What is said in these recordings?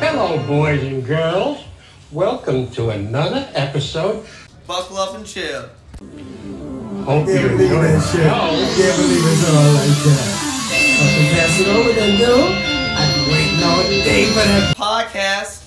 Hello, boys and girls. Welcome to another episode. Buckle up and chill. Hope you Can't believe enjoy that the shit. show. Can't believe it's all like that. Fucking pass it over then, dude. I've been waiting all day for that Podcast.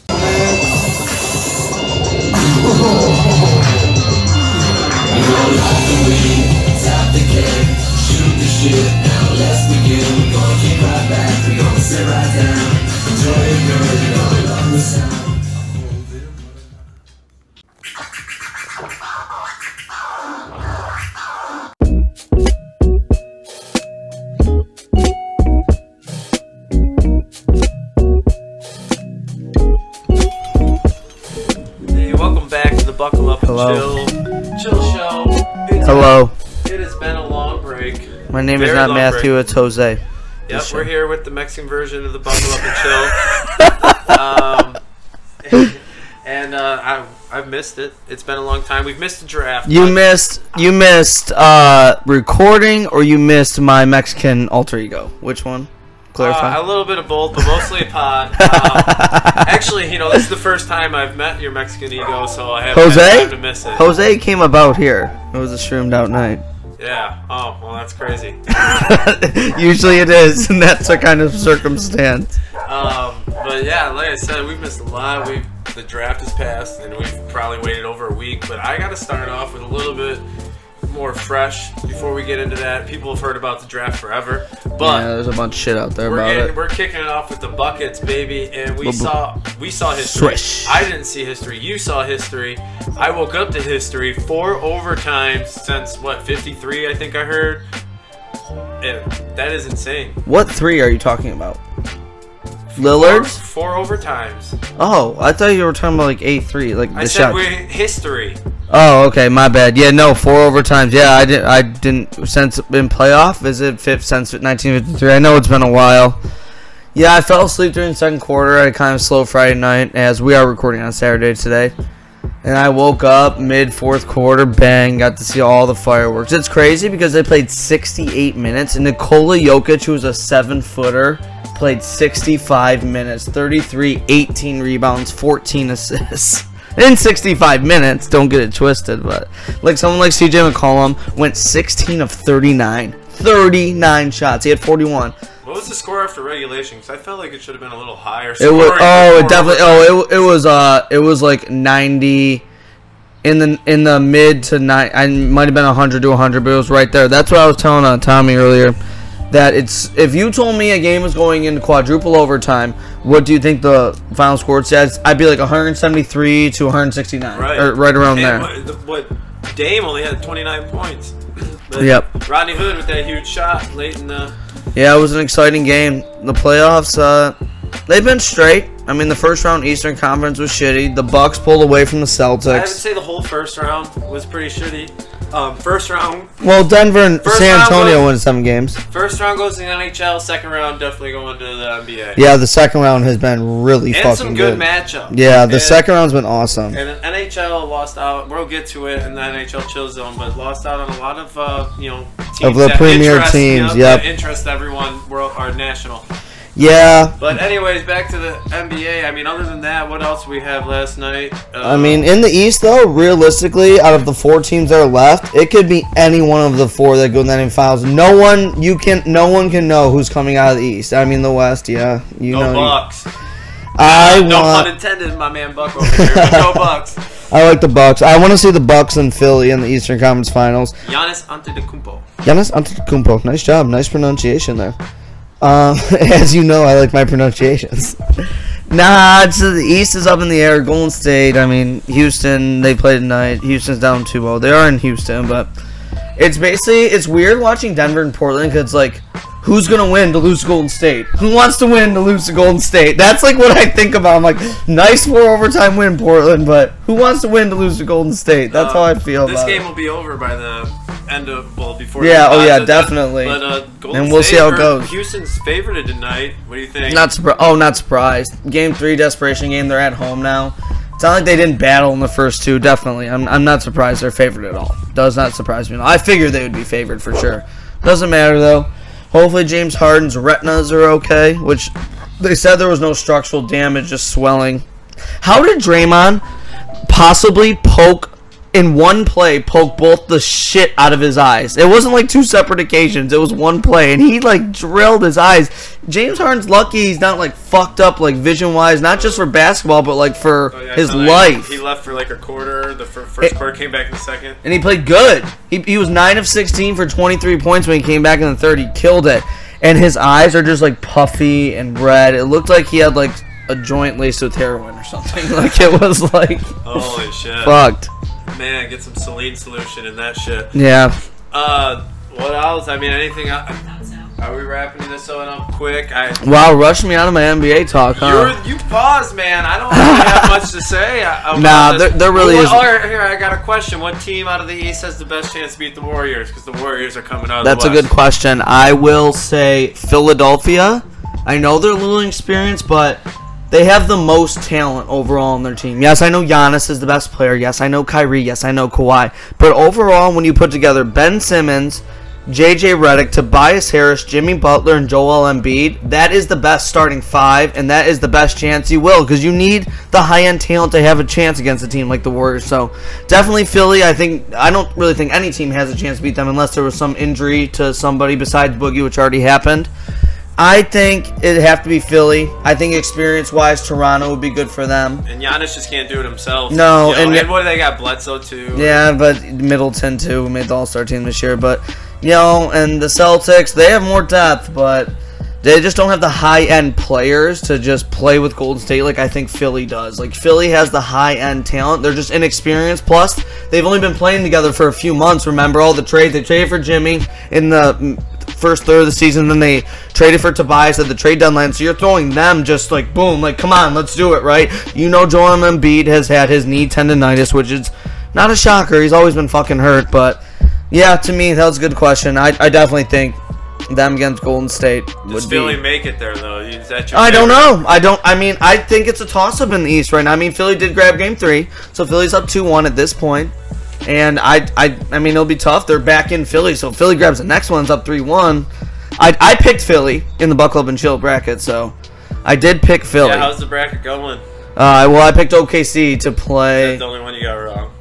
Hey, welcome back to the Buckle Up and Hello. Chill Chill Show. It's, Hello, It has been a long break. Yep, my name Very is not long Matthew. break. It's Jose. we're show. here with the Mexican version of the Buckle Up and Chill. um, and uh, I, I've missed it. It's been a long time. We've missed a draft. Uh, You but missed. You missed uh, recording, or you missed my Mexican alter ego. Which one? Clarify. Uh, a little bit of both, but mostly a pod. Um, actually, you know, this is the first time I've met your Mexican ego, so I haven't had Jose. time to miss it. Jose came about here. It was a shroomed out night. Yeah. Oh, well, that's crazy. Usually it is, and that's a kind of circumstance. Um, but yeah, like I said, we've missed a lot. We have the draft has passed, and we've probably waited over a week. But I got to start off with a little bit more fresh before we get into that. People have heard about the draft forever, but yeah, there's a bunch of shit out there we're about getting, it. we're kicking it off with the buckets, baby, and we Bubble. saw we saw history. Swish. I didn't see history. You saw history. I woke up to history. Four overtimes since what 53? I think I heard. And that is insane. What three are you talking about? Four, Lillard's? four overtimes. Oh, I thought you were talking about like A three, like the I said shot. we history. Oh, okay, my bad. Yeah, no, four overtimes. Yeah, I didn't. I didn't since in playoff. Is it fifth since 1953? I know it's been a while. Yeah, I fell asleep during the second quarter. I had a kind of slow Friday night as we are recording on Saturday today, and I woke up mid fourth quarter. Bang! Got to see all the fireworks. It's crazy because they played 68 minutes, and Nikola Jokic, who was a seven footer, played 65 minutes, 33, 18 rebounds, 14 assists in 65 minutes. Don't get it twisted, but like someone like CJ McCollum went 16 of 39, 39 shots. He had 41. What was the score after regulation? Because I felt like it should have been a little higher. It was oh, it definitely oh, it, it was uh, it was like 90 in the in the mid to nine. I might have been 100 to 100, but it was right there. That's what I was telling uh, Tommy earlier. That it's if you told me a game was going into quadruple overtime, what do you think the final score says? I'd be like 173 to 169, right, or er, right around And there. What, the- what Dame only had 29 points. But Yep. Rodney Hood with that huge shot late in the. Yeah, it was an exciting game. The playoffs, uh, they've been straight. I mean, the first round Eastern Conference was shitty. The Bucks pulled away from the I would Celtics. say the whole first round was pretty shitty. Um, first round, Well, Denver and First San round was- Antonio won some games. first round goes to the NHL. Second round definitely going to the NBA. Yeah, the second round has been really fucking and some good, matchups. yeah, the And- second round's been awesome. And NHL lost out. We'll get to it in the NHL chill zone, but lost out on a lot of uh, you know teams Of the that premier interest, teams, You know, that yep. interest everyone world or national. yeah, But anyways, back to the NBA. I mean, other than that, what else we have last night? Uh, I mean, in the East though, realistically, out of the four teams that are left, it could be any one of the four that go in that finals. No one you can, no one can know who's coming out of the East. I mean, the West, yeah, you go know. you- Bucks. I no want. pun intended, my man Buck over here. But go Bucks. I like the Bucks. I want to see the Bucks and Philly in the Eastern Conference Finals. Giannis Antetokounmpo. Giannis Antetokounmpo. Nice job. Nice pronunciation there. Um, as you know, I like my pronunciations. nah, so the East is up in the air. Golden State. I mean, Houston. They played tonight. Houston's down 2-0. They are in Houston, but it's basically it's weird watching Denver and Portland because it's like. Who's gonna win to lose to Golden State? Who wants to win to lose to Golden State? That's like what I think about. I'm like, nice four overtime win, Portland, but who wants to win to lose to Golden State? That's Uh, how I feel. This about it. game will be over by the end of well before. Yeah, the oh yeah, But, definitely. But uh, Golden And we'll see State how it are goes. Houston's favored tonight. What do you think? Not surprised. Oh, not surprised. Game three, desperation game. They're at home now. It's not like they didn't battle in the first two. Definitely, I'm, I'm not surprised they're favored at all. Does not surprise me. at all. I figured they would be favored for sure. Doesn't matter though. Hopefully James Harden's retinas are okay, which They said there was no structural damage, just swelling. How did Draymond possibly poke in one play, poke both the shit out of his eyes? It wasn't like two separate occasions. It was one play, and he like drilled his eyes. James Harden's lucky he's not like fucked up like vision wise, not just for basketball, but like for Oh, yeah, his so, like, life. He left for like a quarter. The fir- first It- quarter came back in the second. and he played good. He, he was 9 of 16 for 23 points when he came back in the third. He killed it. And his eyes are just like puffy and red. It looked like he had like a joint laced with heroin or something. Like it was like Holy shit! fucked. Man, get some saline solution in that shit. Yeah. Uh, what else? I mean, anything? Else? Are we wrapping this one up quick? I. Wow, rushed me out of my NBA talk, huh? You're, you paused, man. I don't really have much to say. a- About Nah, this. there- there really Well, isn't. or- here, I got a question. What team out of the East has the best chance to beat the Warriors? Because the Warriors are coming out. Of That's the a West. good question. I will say Philadelphia. I know they're a little inexperienced, but they have the most talent overall on their team. Yes, I know Giannis is the best player. Yes, I know Kyrie. Yes, I know Kawhi. But overall, when you put together Ben Simmons, JJ Redick, Tobias Harris, Jimmy Butler, and Joel Embiid, that is the best starting five, and that is the best chance you will because you need the high end talent to have a chance against a team like the Warriors. So definitely Philly. I think I don't really think any team has a chance to beat them unless there was some injury to somebody besides Boogie, which already happened. I think it'd have to be Philly. I think experience wise, Toronto would be good for them. And Giannis just can't do it himself. No, You know, and- and, what do they got? Bledsoe too. Yeah, but Middleton too made the All Star team this year. But you know, and the Celtics they have more depth, but they just don't have the high end players to just play with Golden State like I think Philly does. Like Philly has the high end talent. They're just inexperienced. Plus, they've only been playing together for a few months. Remember all the trades they traded for Jimmy in the mm, first third of the season. Then they traded for Tobias at the trade deadline. So you're throwing them just like boom, like come on, let's do it, right? You know, Joel Embiid has had his knee tendonitis, which is not a shocker. He's always been fucking hurt, but yeah, to me that was a good question. I, I definitely think them against Golden State would Does be. Philly make it there though? Is that your I don't favorite? know. I don't. I mean, I think it's a toss up in the East right now. I mean, Philly did grab Game Three, so Philly's up two one at this point. And I, I, I mean, it'll be tough. They're back in Philly, so Philly grabs the next one's up three one. I, I picked Philly in the Buckle Up and Chill bracket, so I did pick Philly. Yeah, how's the bracket going? uh, well, I picked OKC to play. That's the only one you got wrong.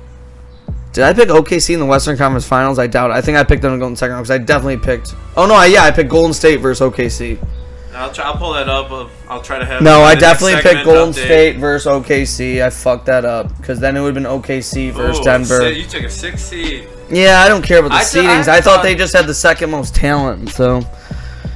Did I pick OKC in the Western Conference Finals? I doubt. It. I think I picked them to go in the second round because I definitely picked. Oh no, I, yeah, I picked Golden State versus OKC. I'll try. I'll pull that up. I'll- I'll try to have. No, the I next definitely picked segment Golden update. State versus OKC. I fucked that up because then it would have been OKC versus Ooh, Denver. shit, You took a six seed. Yeah, I don't care about the I ju- I seedings. I, thought thought- they just had the second most talent. So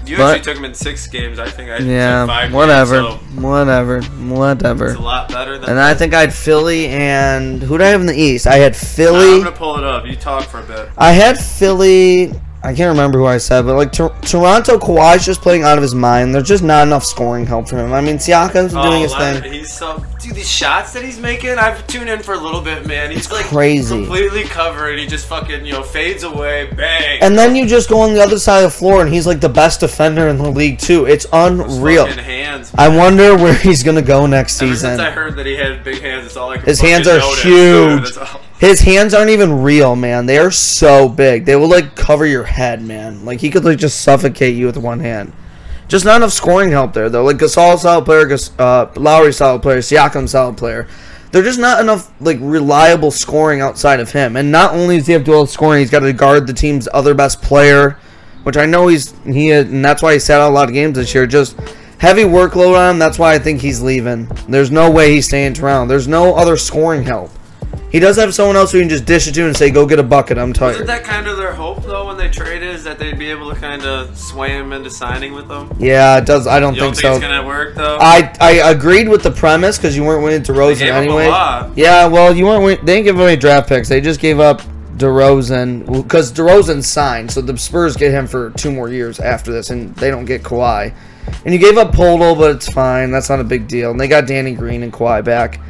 You But- actually took them in six games. I think I took yeah, five whatever, Games, so whatever, whatever. it's a lot better than. And I think I had Philly and who did I have in the East? I had I'm Philly. gonna pull it up. You talk for a bit. I had Philly. I can't remember who I said, but like Tor- Toronto, Kawhi's just playing out of his mind. There's just not enough scoring help for him. I mean, Siakam's been doing his Leonard, thing. Oh, He's so dude. These shots that he's making, I've tuned in for a little bit, man. He's like crazy. completely covered. He just fucking you know fades away, bang. And then you just go on the other side of the floor, and he's like the best defender in the league too. It's Those unreal. fucking hands. I wonder where he's gonna go next Ever since I season. heard that he had big hands, it's all I could His fucking hands are notice, huge. Dude, that's all. His hands aren't even real, man. They are so big. They will like cover your head, man. Like he could like just suffocate you with one hand. Just not enough scoring help there though. Like Gasol solid player, Gas- uh, Lowry solid player, Siakam solid player. They're just not enough like reliable scoring outside of him. And not only does he have dual scoring, he's got to guard the team's other best player, which I know he's he and that's why he sat out a lot of games this year. Just heavy workload on him. That's why I think he's leaving. There's no way he's staying in Toronto. There's no other scoring help. He does have someone else who he can just dish it to and say, "Go get a bucket. I'm Isn't tired." that kind of their hope though when they traded is that they'd be able to kind of sway him into signing with them? yeah, it does. I don't You don't think think, so. it's gonna work though? I, I agreed with the premise because you weren't winning DeRozan Um, gave up a anyway. lot. Yeah, well, you weren't. Win- they didn't give away draft picks. They just gave up DeRozan because DeRozan signed, so the Spurs get him for two more years after this, and they don't get Kawhi. And you gave up Podol, but it's fine. That's not a big deal. And they got Danny Green and Kawhi back.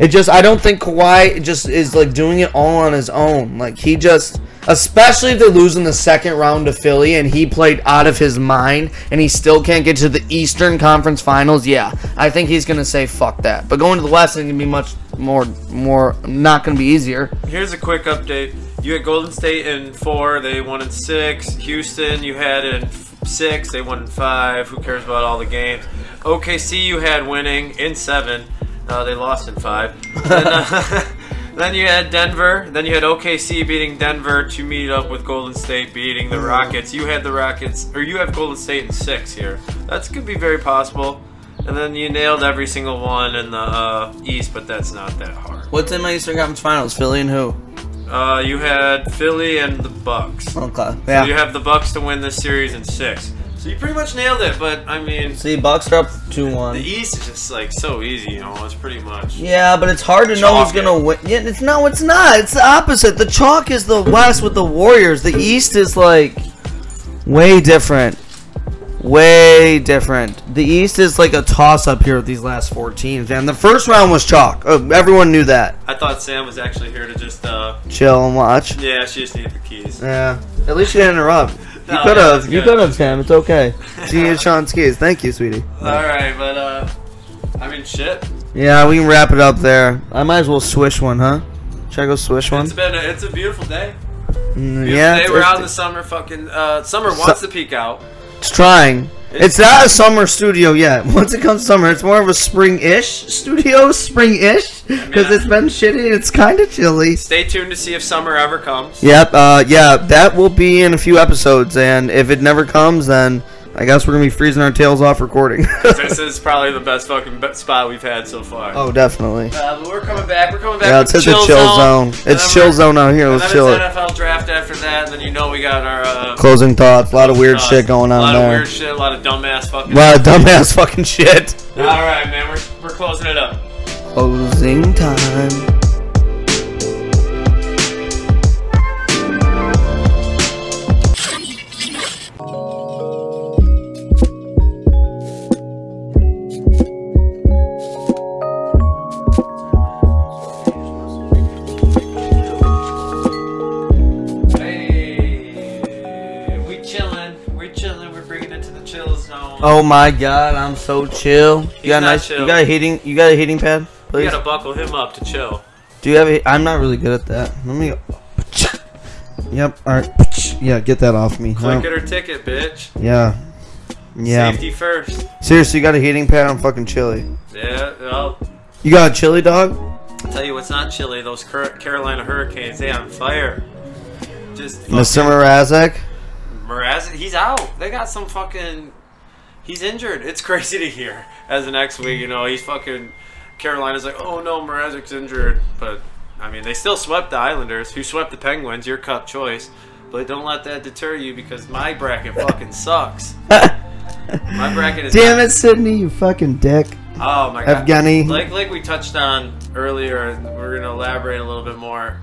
It just I don't think Kawhi just is like doing it all on his own. Like he just especially if they lose in the second round to Philly and he played out of his mind and he still can't get to the Eastern Conference Finals, yeah. I think he's gonna say fuck that. But going to the West is gonna be much more more not gonna be easier. Here's a quick update. You had Golden State in four, they won in six. Houston, you had in f- six, they won in five. Who cares about all the games? OKC you had winning in seven. Uh, they lost in five. then, uh, then you had Denver. Then you had OKC beating Denver to meet up with Golden State beating the Rockets. You had the Rockets, or you have Golden State in six here. That's could be very possible. And then you nailed every single one in the uh, East, but that's not that hard. What's in my Eastern Conference Finals? Philly and who? Uh, you had Philly and the Bucks. Okay. Yeah. You have the Bucks to win this series in six. So you pretty much nailed it. But I mean, See, Bucks are up two the E one. East is just like so easy. You know, it's pretty much. Yeah, but it's hard to know Chalk who's it. gonna win. Yeah, it's no, it's not. It's the opposite. The chalk is the West with the Warriors. The East is like way different. Way different. The East is like a toss up here with these last four teams. And the first round was chalk. Uh, everyone knew that. I thought Sam was actually here to just. uh Chill and watch. Yeah, she just needed the keys. Yeah. At least you didn't interrupt. You No, could yeah, have. that's you good. could have, Sam. It's okay. See you, Sean Skis. Thank you, sweetie. All right, but uh, I mean, shit. Yeah, we can wrap it up there. I might as well swish one, huh? Should I go swish one? It's been a, it's a beautiful day. Mm, Beautiful yeah, day. it's, We're out in the it's- summer. Fucking uh, summer wants to peek out. it's trying. It's not a summer studio yet. Once it comes summer, it's more of a spring-ish studio, spring-ish, because it's been shitty and it's kind of chilly. Stay tuned to see if summer ever comes. Yep, uh, yeah, that will be in a few episodes, and if it never comes, then I guess we're gonna be freezing our tails off recording. this is probably the best fucking be- spot we've had so far. oh, definitely. Uh, but we're coming back. We're coming back. Yeah, with it's hit the chill chill zone. And then It's chill we're- zone out here. And then Let's it's chill it. NFL draft after that. And then you know we got our uh, Closing thoughts. A lot of weird uh, shit going A lot on of there. weird shit. A lot of dumbass A fucking. lot of dumbass fucking shit. All right, man. We're, we're closing it up. Closing time. Hey, we chilling. We're chilling. We're bringing it to the chill zone. Oh my god, I'm so chill. You got not a nice. chill. You got a heating. You got a heating pad, we please. gotta buckle him up to chill. Do you have? A, I'm not really good at that. Let me. Yep. All right. Yeah, get that off me. Click No. it or ticket, bitch. Yeah. Yeah. Safety first. Seriously, you got a heating pad? I'm fucking chilly. Yeah. Well, You got a chili dog? I'll tell you what's not chilly. Those Car- Carolina Hurricanes. They on fire. Just Mr. Mrazek? Mraz, he's out. They got some fucking. He's injured. It's crazy to hear. As the next week, you know, he's fucking. Carolina's like, oh no, Mrazek's injured. But, I mean, they still swept the Islanders, who swept the Penguins, your cup choice. But don't let that deter you because my bracket fucking sucks. my bracket is. Damn it, Sydney, you fucking dick. Oh my god. Afghani. Like like we touched on earlier, and we're gonna elaborate a little bit more.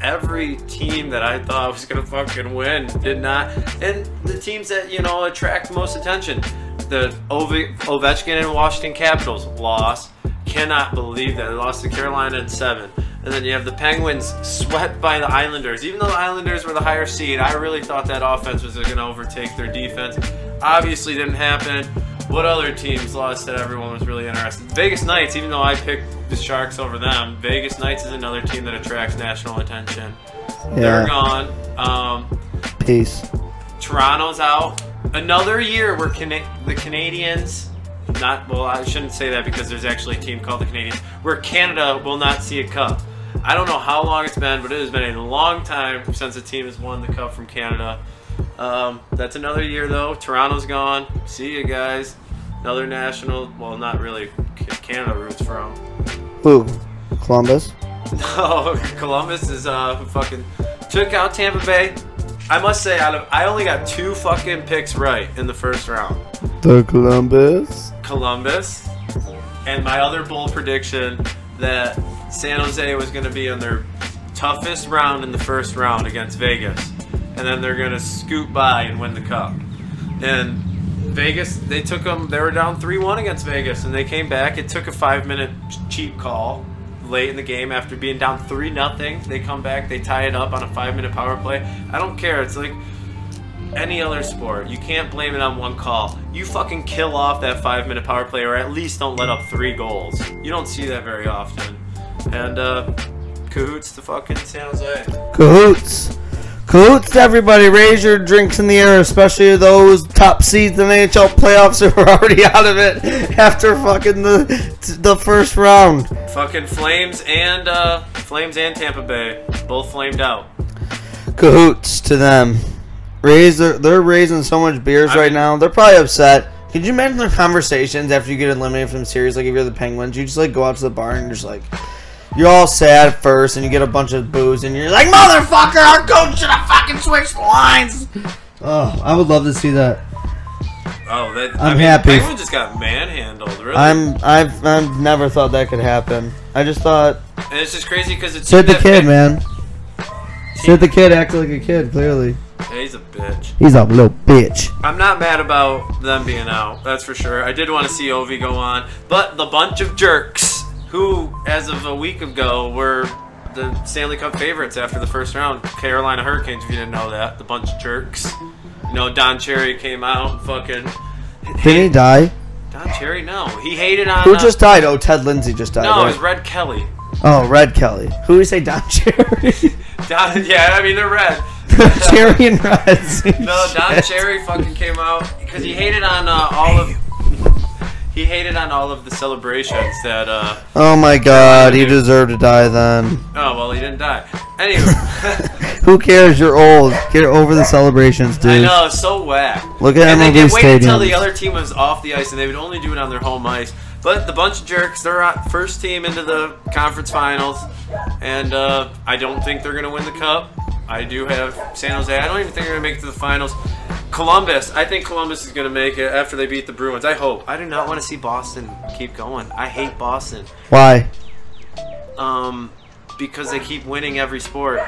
Every team that I thought was gonna fucking win did not, and the teams that you know attract most attention, the Ove- Ovechkin and Washington Capitals lost. Cannot believe that they lost to Carolina in seven. And then you have the Penguins swept by the Islanders. Even though the Islanders were the higher seed, I really thought that offense was going to overtake their defense. Obviously, didn't happen. What other teams lost that everyone was really interested? Vegas Knights, even though I picked the Sharks over them, Vegas Knights is another team that attracts national attention. They're Yeah. gone. Um, Peace. Toronto's out. Another year where Cana- the Canadians, not well, I shouldn't say that because there's actually a team called the Canadians, where Canada will not see a cup. I don't know how long it's been, but it has been a long time since a team has won the cup from Canada. Um, that's another year though. Toronto's gone. See you guys. Another national, well, not really. C- Canada roots from. Ooh. Columbus? No, Oh, Columbus is uh fucking took out Tampa Bay. I must say, out of I only got two fucking picks right in the first round. The Columbus? Columbus, and my other bold prediction that San Jose was going to be on their toughest round in the first round against Vegas, and then they're going to scoot by and win the cup. And Vegas, they took them. They were down three-one against Vegas, and they came back. It took a five-minute cheap call late in the game after being down three nothing. They come back, they tie it up on a five-minute power play. I don't care. It's like any other sport, you can't blame it on one call. You fucking kill off that five minute power play or at least don't let up three goals. You don't see that very often. And, uh, cahoots to fucking San Jose. Cahoots. Coots to everybody. Raise your drinks in the air, especially those top seeds in the NHL playoffs who are already out of it after fucking the the first round. Fucking Flames and uh, Flames and Tampa Bay both flamed out. Cahoots to them. Raise their, they're raising so much beers I right mean- now. They're probably upset. Could you imagine their conversations after you get eliminated from the series? Like if you're the Penguins, you just like go out to the bar and you're just like, you're all sad first, and you get a bunch of booze, and you're like, motherfucker, our coach should have fucking switched lines. Oh, I would love to see that. Oh, that I'm happy. Penguin just got manhandled. Really, I'm I've I've never thought that could happen. I just thought and it's just crazy because it's Sid the kid, man. Sid the kid acted like a kid. Clearly, Yeah, he's a bitch. he's a little bitch. I'm not mad about them being out. That's for sure. I did want to see Ovi go on, but the bunch of jerks who, as of a week ago, were the Stanley Cup favorites after the first round, Carolina Hurricanes. If you didn't know that, the bunch of jerks. You know, Don Cherry came out and fucking. Did he die? Don Cherry, no. He hated on. Who uh, just died? Oh, Ted Lindsay just died. No, it right? was Red Kelly. Oh, Red Kelly. Who do we say Don Cherry? Don, yeah, I mean they're red. Cherry and Red. No, Don Shit. Cherry fucking came out because he hated on uh, all of. He hated on all of the celebrations that. uh Oh my god, you deserve to die then. Oh well, he didn't die. Anyway, Who cares? You're old. Get over the celebrations, I dude. know it's so whack. Look at and they MLB did wait until the stadiums. other team was off the ice, and they would only do it on their home ice. But the bunch of jerks, they're on first team into the conference finals, and uh, I don't think they're going to win the cup. I do have San Jose. I don't even think they're going to make it to the finals. Columbus, I think Columbus is going to make it after they beat the Bruins. I hope. I do not want to see Boston keep going. I hate Boston Why? um, because they keep winning every sport.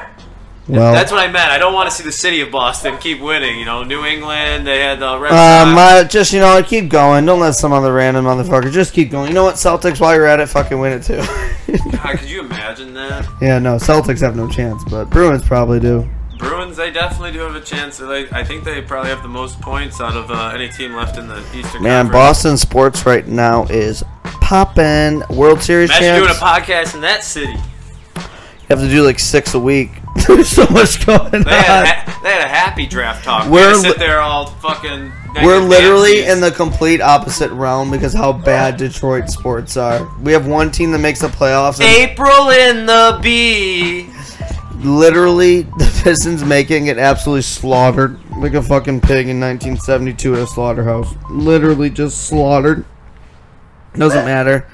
Well, That's what I meant. I don't want to see the city of Boston keep winning. You know, New England, they had the Red Sox. um, uh, just you know, keep going. Don't let some other random motherfucker. Just keep going. You know what, Celtics? While you're at it, fucking win it too. God, Uh, could you imagine that? yeah, no, Celtics have no chance, but Bruins probably do. Bruins, they definitely do have a chance. They, I think they probably have the most points out of uh, any team left in the Eastern Man, Conference. Boston sports right now is poppin'. World Series Imagine doing champs. a podcast in that city. You have to do like six a week. There's so much going They had, a, on. ha- they had a happy draft talk. We're We're li- sit there all fucking. We're literally in the complete opposite realm because how bad Detroit sports are. We have one team that makes the playoffs, and April in the B. literally the Pistons making it absolutely slaughtered like a fucking pig in 1972 at a slaughterhouse. Literally just slaughtered. Doesn't matter.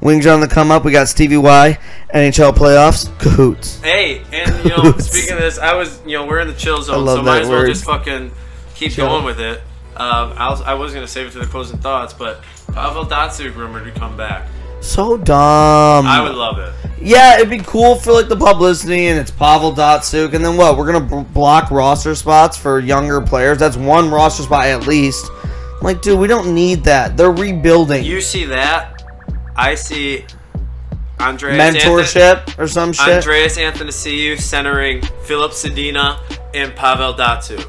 Wings are on the come up. We got Stevie Y, NHL playoffs, cahoots. Hey, and you know, speaking of this, I was, you know, we're in the chill zone, love so might that as well word. just fucking keep going with it. Um, I was, I was gonna save it to the closing thoughts, but Pavel Datsuk rumored to come back. So dumb. I would love it. Yeah, it'd be cool for like the publicity, and it's Pavel Datsuk, and then what? We're gonna b- block roster spots for younger players. That's one roster spot at least. I'm like, dude, we don't need that. They're rebuilding You see that? I see Andreas Anthony, mentorship or some shit. Andreas Anthony centering Philip Sedina and Pavel Datsuk.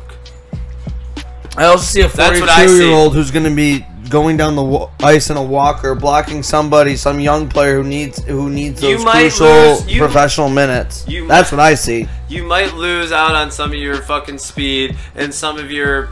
I also see a That's what I see. 42 year old who's gonna be going down the wa- ice in a walker, blocking somebody, some young player who needs who needs You those might crucial lose- you- professional minutes. you That's might- what I see. You might lose out on some of your fucking speed and some of your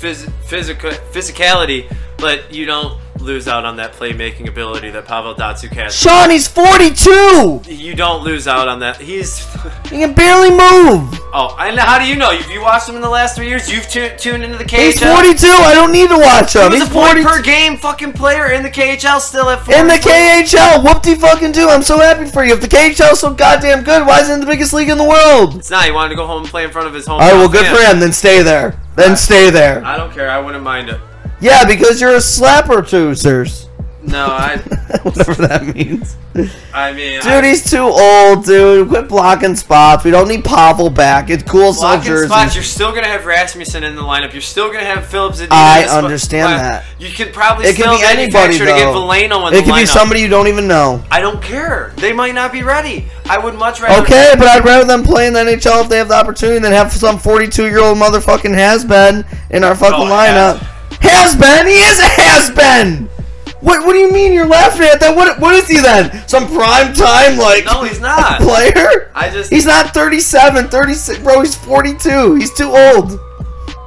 phys- physical physicality, but you don't lose out on that playmaking ability that Pavel Datsuk has. Sean, he's 42. You don't lose out on that. He's He can barely move. oh, and how do you know? If you watched him in the last three years, you've tu- tuned into the KHL. He's 42. I don't need to watch him. He was he's a point 42. per game fucking player in the KHL still at 40. In the KHL, whoopty fucking do. I'm so happy for you. If the KHL is so goddamn good, why isn't it the biggest league in the world? It's not. He wanted to go home and play in front of his home. Alright, well, good for him. Then stay there. Then stay there. I don't care. I wouldn't mind it. Yeah, because you're a slapper, too, sirs. No, I. Whatever that means. I mean, I- Dude, he's too old, dude. Quit blocking spots. We don't need Pavel back. It's cool, blocking soldiers. spots. You're still gonna have Rasmussen in the lineup. You're still gonna have Phillips. And I understand that. You could probably It still could be anybody, manufacture to get though. Valeno in the It could lineup. be somebody you don't even know. I don't care. They might not be ready. I would much rather. Okay, but I'd rather them play in the NHL if they have the opportunity than have some 42 year old motherfucking has been in our fucking Oh, lineup. Has been? He is a has been! What What do you mean you're laughing at that? What What is he then? Some prime time like No, he's not. player? I just He's not 37, 36, bro. He's 42. He's too old.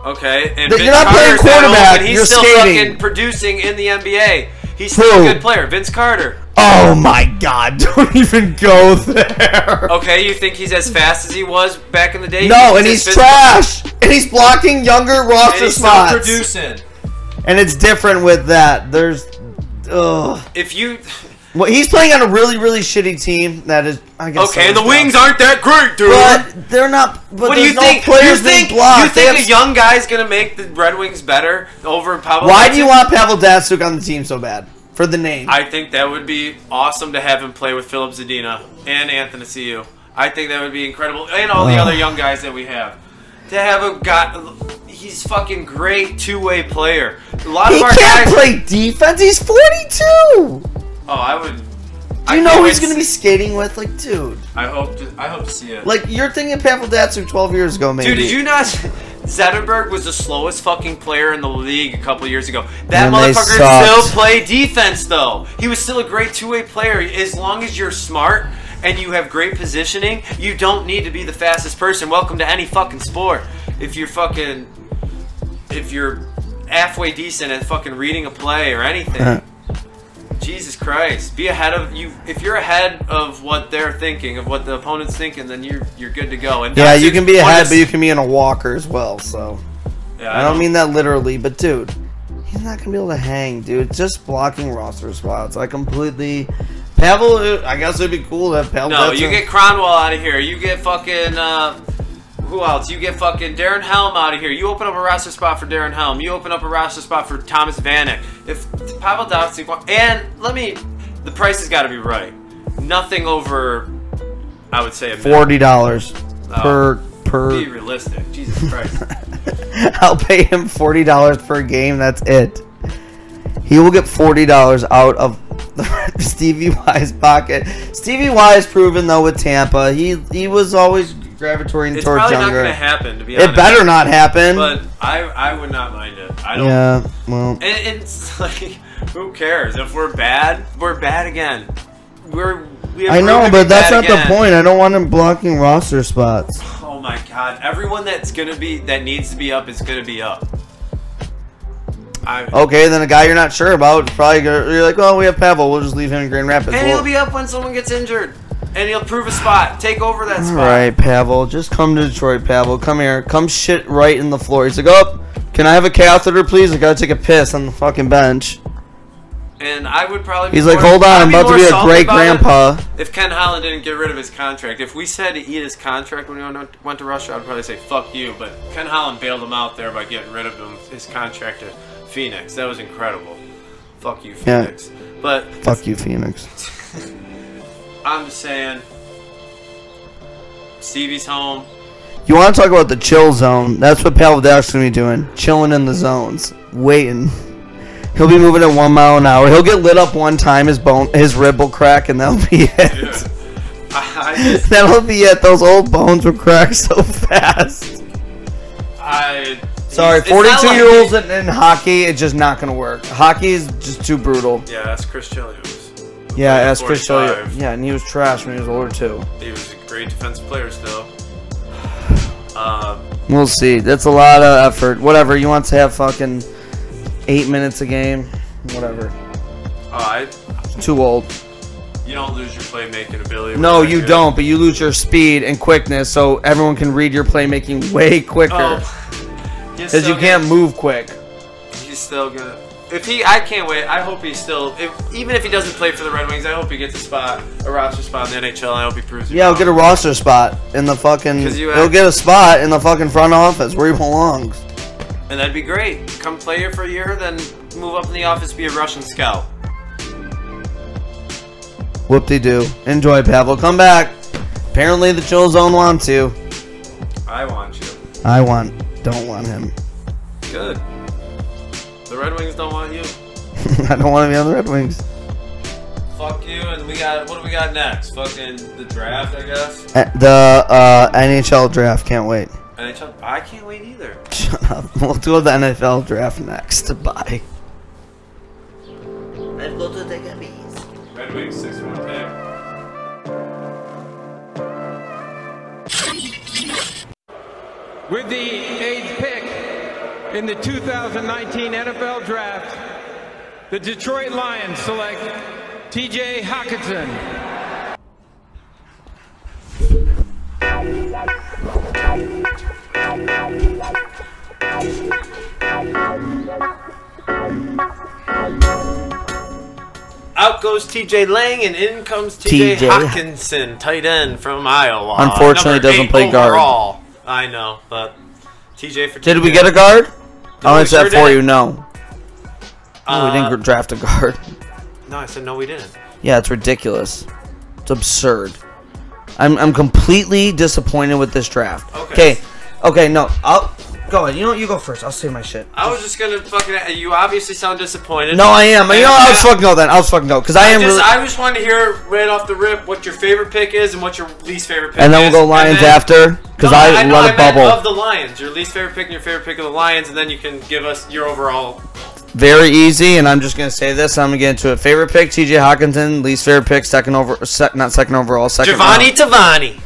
okay. And You're Vince not playing Carter's that old, quarterback, and he's you're still skating. fucking producing in the NBA. He's still Who? a good player, Vince Carter. Oh my God! Don't even go there. Okay, you think he's as fast as he was back in the day? No, as and he's physical- trash, and he's blocking younger And roster he's still spots. producing. And it's different with that. There's, ugh. If you Well, he's playing on a really, really shitty team. That is, I guess. okay, that the is wings bad. aren't that great, dude. But they're not. But what do you there's no think? You Players think being blocked. you They think have- a young guy's gonna make the Red Wings better over Pavel? Why do you Datsyuk? want Pavel Datsuk on the team so bad? For the name. I think that would be awesome to have him play with Philip Zadina and Anthony Ciu. I think that would be incredible, and all the Ugh. other young guys that we have. To have a guy, he's fucking great two-way player. A lot he of our can't guys. play defense. He's 42. Oh, I would. Do you know who he's gonna be skating with? Like, dude. I hope. To, I hope to see it. Like you're thinking Pavel Datsuk 12 years ago, maybe. Dude, did you not? Zetterberg was the slowest fucking player in the league a couple years ago. That And they motherfucker sucked. still played defense, though. He was still a great two-way player. As long as you're smart and you have great positioning, you don't need to be the fastest person. Welcome to any fucking sport. If you're fucking, if you're halfway decent at fucking reading a play or Uh-huh. anything. Jesus Christ! Be ahead of you. If you're ahead of what they're thinking, of what the opponent's thinking, then you're you're good to go. And Yeah, that's you just can be one ahead, of- but you can be in a walker as well. So Yeah, I don't mean that literally, but dude, he's not gonna be able to hang, dude. Just blocking roster spots. I completely. Pavel, uh, I guess it'd be cool to have Pavel. No, you Datsyuk- get Cronwell out of here. You get fucking uh, who else? You get fucking Darren Helm out of here. You open up a roster spot for Darren Helm. You open up a roster spot for Thomas Vanek. If Pavel Datsyuk and let me, the price has got to be right. Nothing over, I would say a mil. forty dollars per Be per. realistic, Jesus Christ. I'll pay him forty dollars per game. That's it. He will get forty dollars out of Stevie Y's pocket. Stevie Y is proven though with Tampa. He he was always gravitating it's towards probably not younger. going to happen, to be honest. it better not happen. But I, I would not mind it. I don't. yeah, well, And it's like, who cares? If we're bad, we're bad again. We're we have I room to know, be but that's bad not the again. point. I don't want him blocking roster spots. Oh my god! Everyone that's gonna be that needs to be up is gonna be up. I, Okay, then a guy you're not sure about is probably gonna. You're like, well, we have Pavel. We'll just leave him in Grand Rapids. and Well, he'll be up when someone gets injured, and he'll prove a spot, take over that All spot. right, Pavel, just come to Detroit, Pavel. Come here. Come shit right in the floor. He's like, oh, can I have a catheter, please? I gotta take a piss on the fucking bench. And I would probably. Be He's like, more- hold I'd on, I'm about to more be a salty great about it grandpa. If Ken Holland didn't get rid of his contract, if we said to eat his contract when we went- went to Russia, I'd probably say fuck you. But Ken Holland bailed him out there by getting rid of him his contract to Phoenix. That was incredible. Fuck you, Yeah. Phoenix. But Fuck you, Phoenix. I'm just saying, Stevie's home. You want to talk about the chill zone? That's what Pavel Datsuk's gonna be doing. Chilling in the zones, waiting. He'll be moving at one mile an hour. He'll get lit up one time. His bone, his rib will crack, and that'll be it. I, I just That'll be it. Those old bones will crack so fast. I Sorry, it's- it's not 42 like- year olds in, in hockey, it's just not gonna work. Hockey is just too brutal. Yeah, that's Chris Chelios. Yeah, as Chris showed 45. you. Yeah, and he was trash when he was older too. He was a great defensive player still. Um, We'll see. That's a lot of effort. Whatever. You want to have fucking eight minutes a game? Whatever. oh, I, Too old. you don't lose your playmaking ability. when No, you're you good. don't, but you lose your speed and quickness, so everyone can read your playmaking way quicker. Oh, he's Because still you can't gonna- move quick. He's still gonna. If he, I can't wait. I hope he's still. If, even if he doesn't play for the Red Wings, I hope he gets a spot, a roster spot in the NHL. I hope he proves. Yeah, he'll get a roster spot in the fucking. 'Cause you He'll act- get a spot in the fucking front office where he belongs. and that'd be great. Come play here for a year, then move up in the office, be a Russian scout. Whoop de doo. Enjoy, Pavel. Come back. Apparently, the chill zone wants you. I want you. I want. Don't want him. Good. The Red Wings don't want you. I don't want to be on the Red Wings. Fuck you. And we got what do we got next? Fucking the draft, I guess. Uh, The uh, NHL draft. Can't wait. NHL. I can't wait either. Shut up. We'll do the NFL draft next. Bye. And in the back. With the eighth pick in the 2019 NFL Draft, the Detroit Lions select TJ Hawkinson. Out goes TJ Lang and in comes TJ, TJ. Hawkinson, tight end from Iowa. Unfortunately, Number doesn't eight play guard. overall. I know, but TJ for Did we TJ. get a guard? I'll we answer sure that for did. you. No. No, we Uh, didn't gr- draft a guard. No, I said no, we didn't. Yeah, it's ridiculous. It's absurd. I'm, I'm completely disappointed with this draft. Okay. Okay. Okay, no. I'll go ahead. You know what? You go first. I'll say my shit. I was just gonna fucking. You obviously sound disappointed. No, I am. You know, what? I'll just fucking go then. I'll just fucking go. Because I I am just, really. I just wanted to hear right off the rip what your favorite pick is and what your least favorite pick And then is. we'll go Lions then- after. Because No, I, know, let it meant Of bubble. the Lions, your least favorite pick and your favorite pick of the Lions, and then you can give us your overall. Very easy. And I'm just going to say this. I'm going to get into it. Favorite pick, TJ Hawkinson. Least favorite pick, second over. Sec, not second overall. Second. Giovanni Tavani.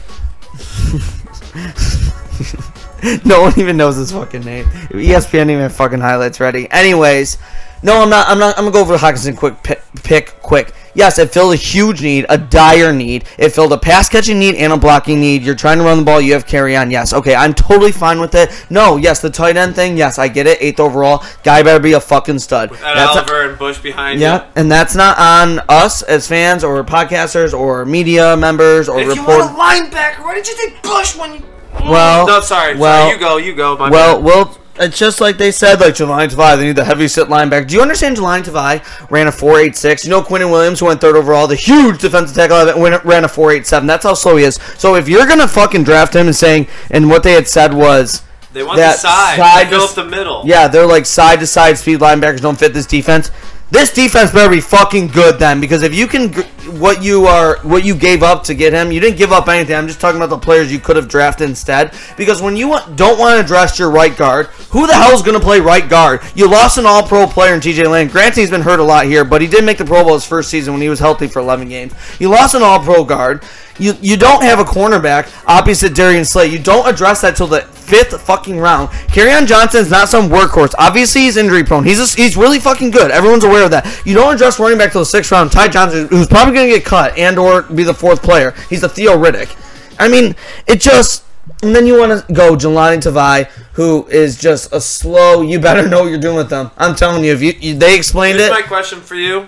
no one even knows his fucking name. E ESPN even have fucking highlights ready. Anyways, no, I'm not. I'm not. I'm gonna go over Hawkinson quick. Pick, pick quick. Yes, it filled a huge need, a dire need. It filled a pass catching need and a blocking need. You're trying to run the ball. You have carry on. Yes, okay. I'm totally fine with it. No, yes, the tight end thing. Yes, I get it. Eighth overall guy better be a fucking stud. Ed That's- Oliver and Bush behind yeah, and that's not on us as fans or podcasters or media members or you. If you reporters. want a linebacker, why did you take Bush when you? Well, no, sorry. well, sorry, you go, you go. My Well, bad. well, it's just like they said, like Jelani Tavai, they need the heavy sit linebacker. Do you understand Jelani Tavai ran a 4.86? You know Quinton Williams, who went third overall, the huge defensive tackle, out of it, went- ran a 4.87. That's how slow he is. So if you're going to fucking draft him and saying, and what they had said was, they want that the side. side they fill is- up the middle. yeah, they're like side to side speed linebackers don't fit this defense. This defense better be fucking good then, because if you can, gr- what you are, what you gave up to get him, you didn't give up anything. I'm just talking about the players you could have drafted instead. Because when you want, don't want to draft your right guard, who the hell's going to play right guard? You lost an All-Pro player in T.J. Lane. Granted, he's been hurt a lot here, but he did make the Pro Bowl his first season when he was healthy for 11 games. You lost an All-Pro guard. You you don't have a cornerback opposite Darian Slay. You don't address that till the fifth fucking round. Carryon Johnson's not some workhorse. Obviously, he's injury prone. He's a, he's really fucking good. Everyone's aware of that. You don't address running back till the sixth round. Ty Johnson, who's probably going to get cut and or be the fourth player. He's a Theo Riddick. I mean, it just. And then you want to go Jelani Tavai, who is just a slow. You better know what you're doing with them. I'm telling you, if you, you they explained Here's it. my question for you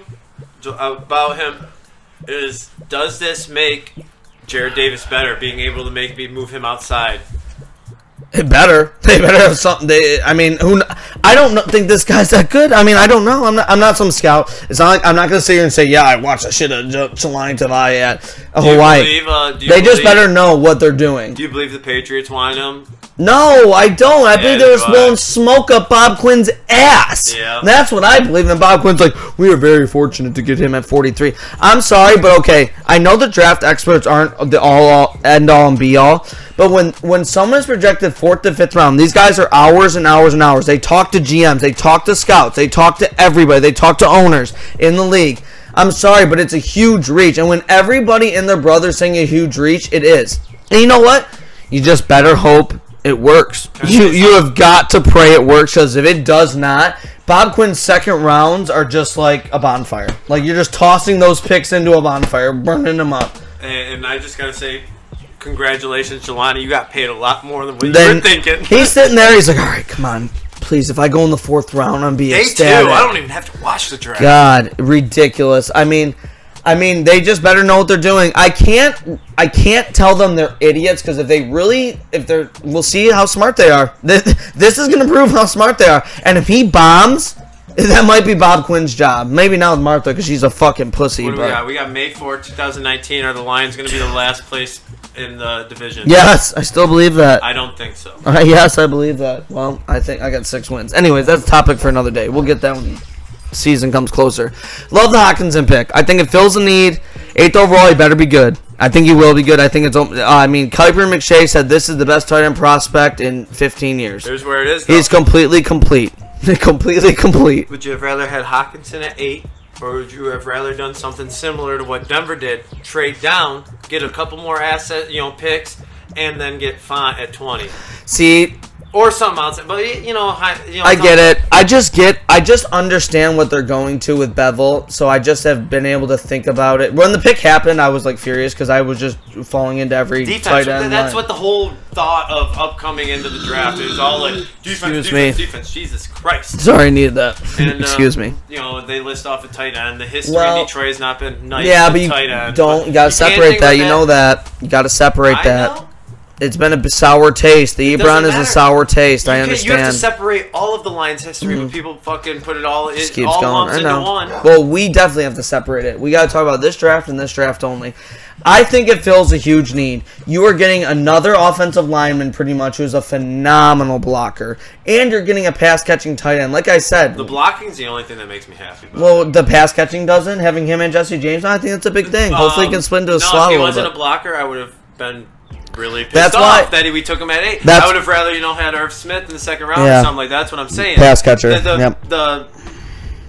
Jo- about him: Is does this make Jared Davis better? Being able to make me move him outside. It better. They better have something. They. I mean, who? kn- I don't kn- think this guy's that good. I mean, I don't know. I'm not. I'm not some scout. It's not. Like, I'm not gonna sit here and say, yeah, I watched the shit of J- Jelani Tavai at Do you Hawaii. believe, uh, do you they just believe- better know what they're doing. Do you believe the Patriots want him? No, I don't. I believe they were do I. blowing smoke up Bob Quinn's ass. Yeah. That's what I believe. And Bob Quinn's like, we are very fortunate to get him at 43. I'm sorry, but okay. I know the draft experts aren't the all, all end all and be all, but when when someone is projected fourth to fifth round, these guys are hours and hours and hours. They talk to GMs, they talk to scouts, they talk to everybody, they talk to owners in the league. I'm sorry, but it's a huge reach. And when everybody and their brother's saying a huge reach, it is. And you know what? You just better hope it works. You you have got to pray it works because if it does not, Bob Quinn's second rounds are just like a bonfire. Like you're just tossing those picks into a bonfire, burning them up. And, and I just gotta say, congratulations, Jelani. You got paid a lot more than what you Then were thinking. he's sitting there. He's like, "All right, come on, please. If I go in the fourth round, I'm be Day two. ecstatic." I don't even have to watch the draft. God, ridiculous. I mean, I mean, they just better know what they're doing. I can't, I can't tell them they're idiots because if they really, if they're, we'll see how smart they are. This, this is gonna prove how smart they are. And if he bombs, that might be Bob Quinn's job. Maybe not with Martha because she's a fucking pussy. What do we but- got? We got May 4th, 2019. Are the Lions gonna be the last place in the division? yes, I still believe that. I don't think so. Uh, yes, I believe that. Well, I think I got six wins. Anyways, that's a topic for another day. We'll get that when season comes closer. Love the Hawkinson pick. I think it fills the need. Eighth overall, he better be good. I think he will be good. I think it's. Uh, I mean, Kuiper and McShay said this is the best tight end prospect in 15 years. Here's where it is. Though. He's completely complete. completely complete. Would you have rather had Hawkinson at eight Or would you have rather done something similar to what Denver did, trade down, get a couple more asset, you know, picks, and then get Font at twenty See, or something outside? But you know, high, you know I get something- it. I just get. I just understand what they're going to with Bevel, so I just have been able to think about it. When the pick happened, I was like furious because I was just falling into every Defense. tight end. That's line. what the whole thought of upcoming into the draft is all like defense, Excuse defense, me. defense. Jesus Christ. Sorry, I needed that. And, uh, Excuse me. You know, they list off a tight end. The history Well, of Detroit has not been nice. Yeah, with but you tight end, don't. but You gotta can't separate think that. about You know that. You gotta separate I that. know. It's been a b- sour taste. The doesn't Ebron is a matter. sour taste. I You can't- You have to understand. Mm-hmm. separate all of the Lions' history, but people fucking put it all it Just keeps all going. lumps I into know. one. Well, we definitely have to separate it. We gotta talk about this draft and this draft only. I think it fills a huge need. You are getting another offensive lineman, pretty much, who's a phenomenal blocker, and you're getting a pass catching tight end. Like I said, The blocking's the only thing that makes me happy. About well, the pass catching doesn't having him and Jesse James. I think that's a big thing. it. Hopefully, he Um, can split into no, a slot If he a little wasn't bit. a blocker, I would have been really pissed That's off why- that he, we took him at eight. That's- I would have rather you know had Irv Smith in the second round Yeah. or something like that. That's what I'm saying. Pass catcher, The the, yep. the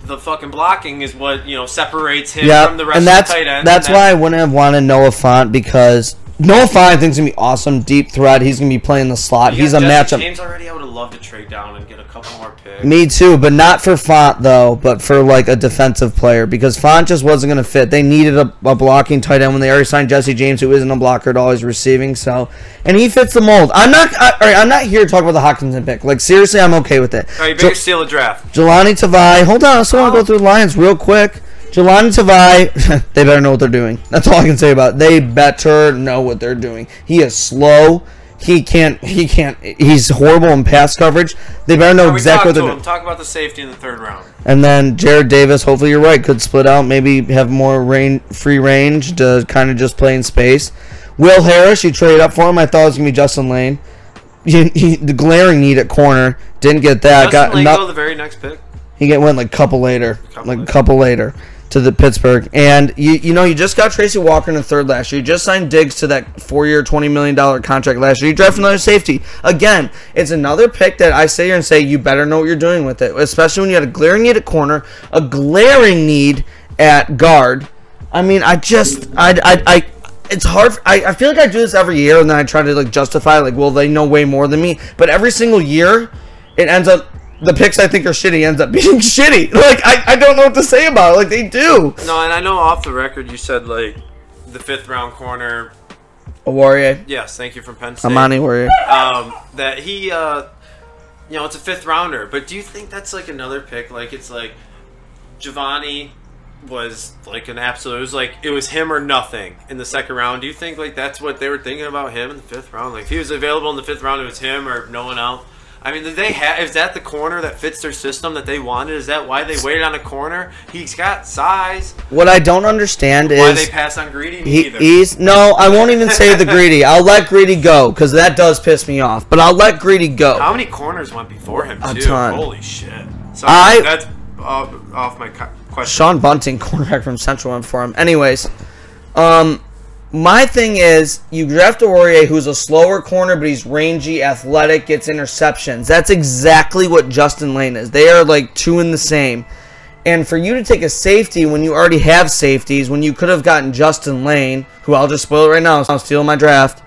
the fucking blocking is what you know separates him Yeah, from the rest and that's of the tight ends. that's and why I wouldn't have wanted Noah Font because Noah Font I think is gonna be awesome deep threat. He's gonna be playing the slot. You He's a got Jesse matchup. James already. I would have loved to trade down and get a couple more picks. Me too, but not for Font though, but for like a defensive player because Font just wasn't gonna fit. They needed a, a blocking tight end when they already signed Jesse James, who isn't a blocker at all. He's receiving, so and he fits the mold. I'm not I, all right, I'm not here to talk about the Hawkinson pick. Like seriously, I'm okay with it. All right, Oh. Jo- biggest steal of draft. Jelani Tavai. Hold on, I still want to go through the Lions real quick. Jelani Tavai, they better know what they're doing. That's all I can say about it. They better know what they're doing. He is slow. He can't. He can't. He's horrible in pass coverage. They better know We exactly talked what they're to him. doing. Talk about the safety in the third round. And then Jared Davis. Hopefully, you're right. Could split out. Maybe have more rain, free range to kind of just play in space. Will Harris, you traded up for him. I thought it was gonna be Justin Lane. the glaring need at corner didn't get that. Justin Lane no- go the very next pick. he get went like couple later, Couple like later. couple later to the Pittsburgh, and you you know you just got Tracy Walker in the third last year. You just signed Diggs to that four year twenty million dollar contract last year. You draft another safety again. It's another pick that I sit here and say you better know what you're doing with it, especially when you had a glaring need at corner, a glaring need at guard. I mean, I just I I. I it's hard. For, I, I feel like I do this every year, and then I try to like justify like, well, they know way more than me. But every single year, it ends up the picks I think are shitty ends up being shitty. Like I, I don't know what to say about it. Like they do. No, and I know off the record you said like the fifth round corner. A warrior. Yes, thank you from Penn State. Amani warrior. Um, that he, uh, you know, it's a fifth rounder. But do you think that's like another pick? Like it's like Giovanni was like an absolute. It was like it was him or nothing in the second round. Do you think like that's what they were thinking about him in the fifth round? Like if he was available in the fifth round, it was him or no one else. I mean, did they have? Is that the corner that fits their system that they wanted? Is that why they waited on a corner? He's got size. What I don't understand Why is they pass on greedy? Me he, either. he's no. I won't even say the greedy. I'll let greedy go because that does piss me off. But I'll let greedy go. How many corners went before him? A too? ton. Holy shit! So I- that's off, off my co- question. Sean Bunting, cornerback from Central, went for him. Anyways, um, my thing is you draft a Warrior who's a slower corner, but he's rangy, athletic, gets interceptions. That's exactly what Justin Lane is. They are like two in the same. And for you to take a safety when you already have safeties, when you could have gotten Justin Lane, who I'll just spoil it right now, I'm stealing my draft.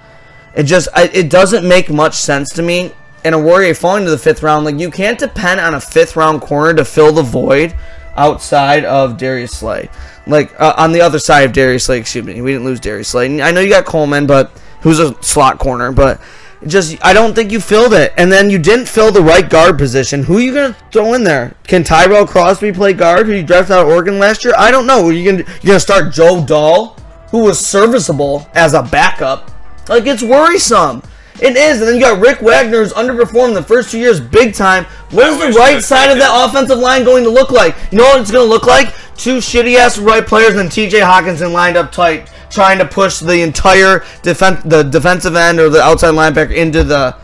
It just I, it doesn't make much sense to me. And a Warrior falling to the fifth round, like you can't depend on a fifth round corner to fill the void outside of Darius Slay. Like uh, on the other side of Darius Slay, excuse me, we didn't lose Darius Slay. And I know you got Coleman, but who's a slot corner, but it just I don't think you filled it. And then you didn't fill the right guard position. Who are you gonna throw in there? Can Tyrell Crosby play guard? Who you drafted out of Oregon last year? I don't know. Are you gonna you gonna start Joe Dahl, who was serviceable as a backup? Like it's worrisome. It is, and then you got Rick Wagner who's underperformed the first two years big time. What is the right side of that offensive line going to look like? You know what it's going to look like? Two shitty ass right players and T.J. Hawkinson lined up tight, trying to push the entire defense, the defensive end or the outside linebacker into the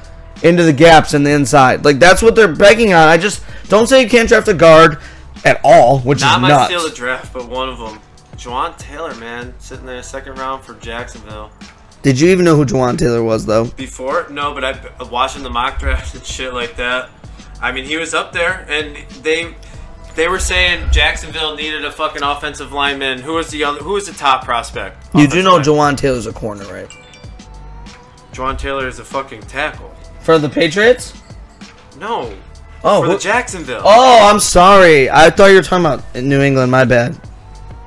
into the gaps in the inside. Like that's what they're begging on. I just don't say you can't draft a guard at all, Oh, which Not is my nuts. steal of draft, but one of them. Juwan Taylor, man, sitting there second round for Jacksonville. Did you even know who Jawan Taylor was though? Before, no, but I watching the mock draft and shit like that. I mean, he was up there, and they They were saying Jacksonville needed a fucking offensive lineman. Who was the other, who was the top prospect? You do Offensive know lineman. Jawan Taylor's a corner, right? Juwan Taylor is a fucking tackle. For the Patriots? No, Oh, for the who- Jacksonville. oh, I'm sorry. I thought you were talking about New England. My bad.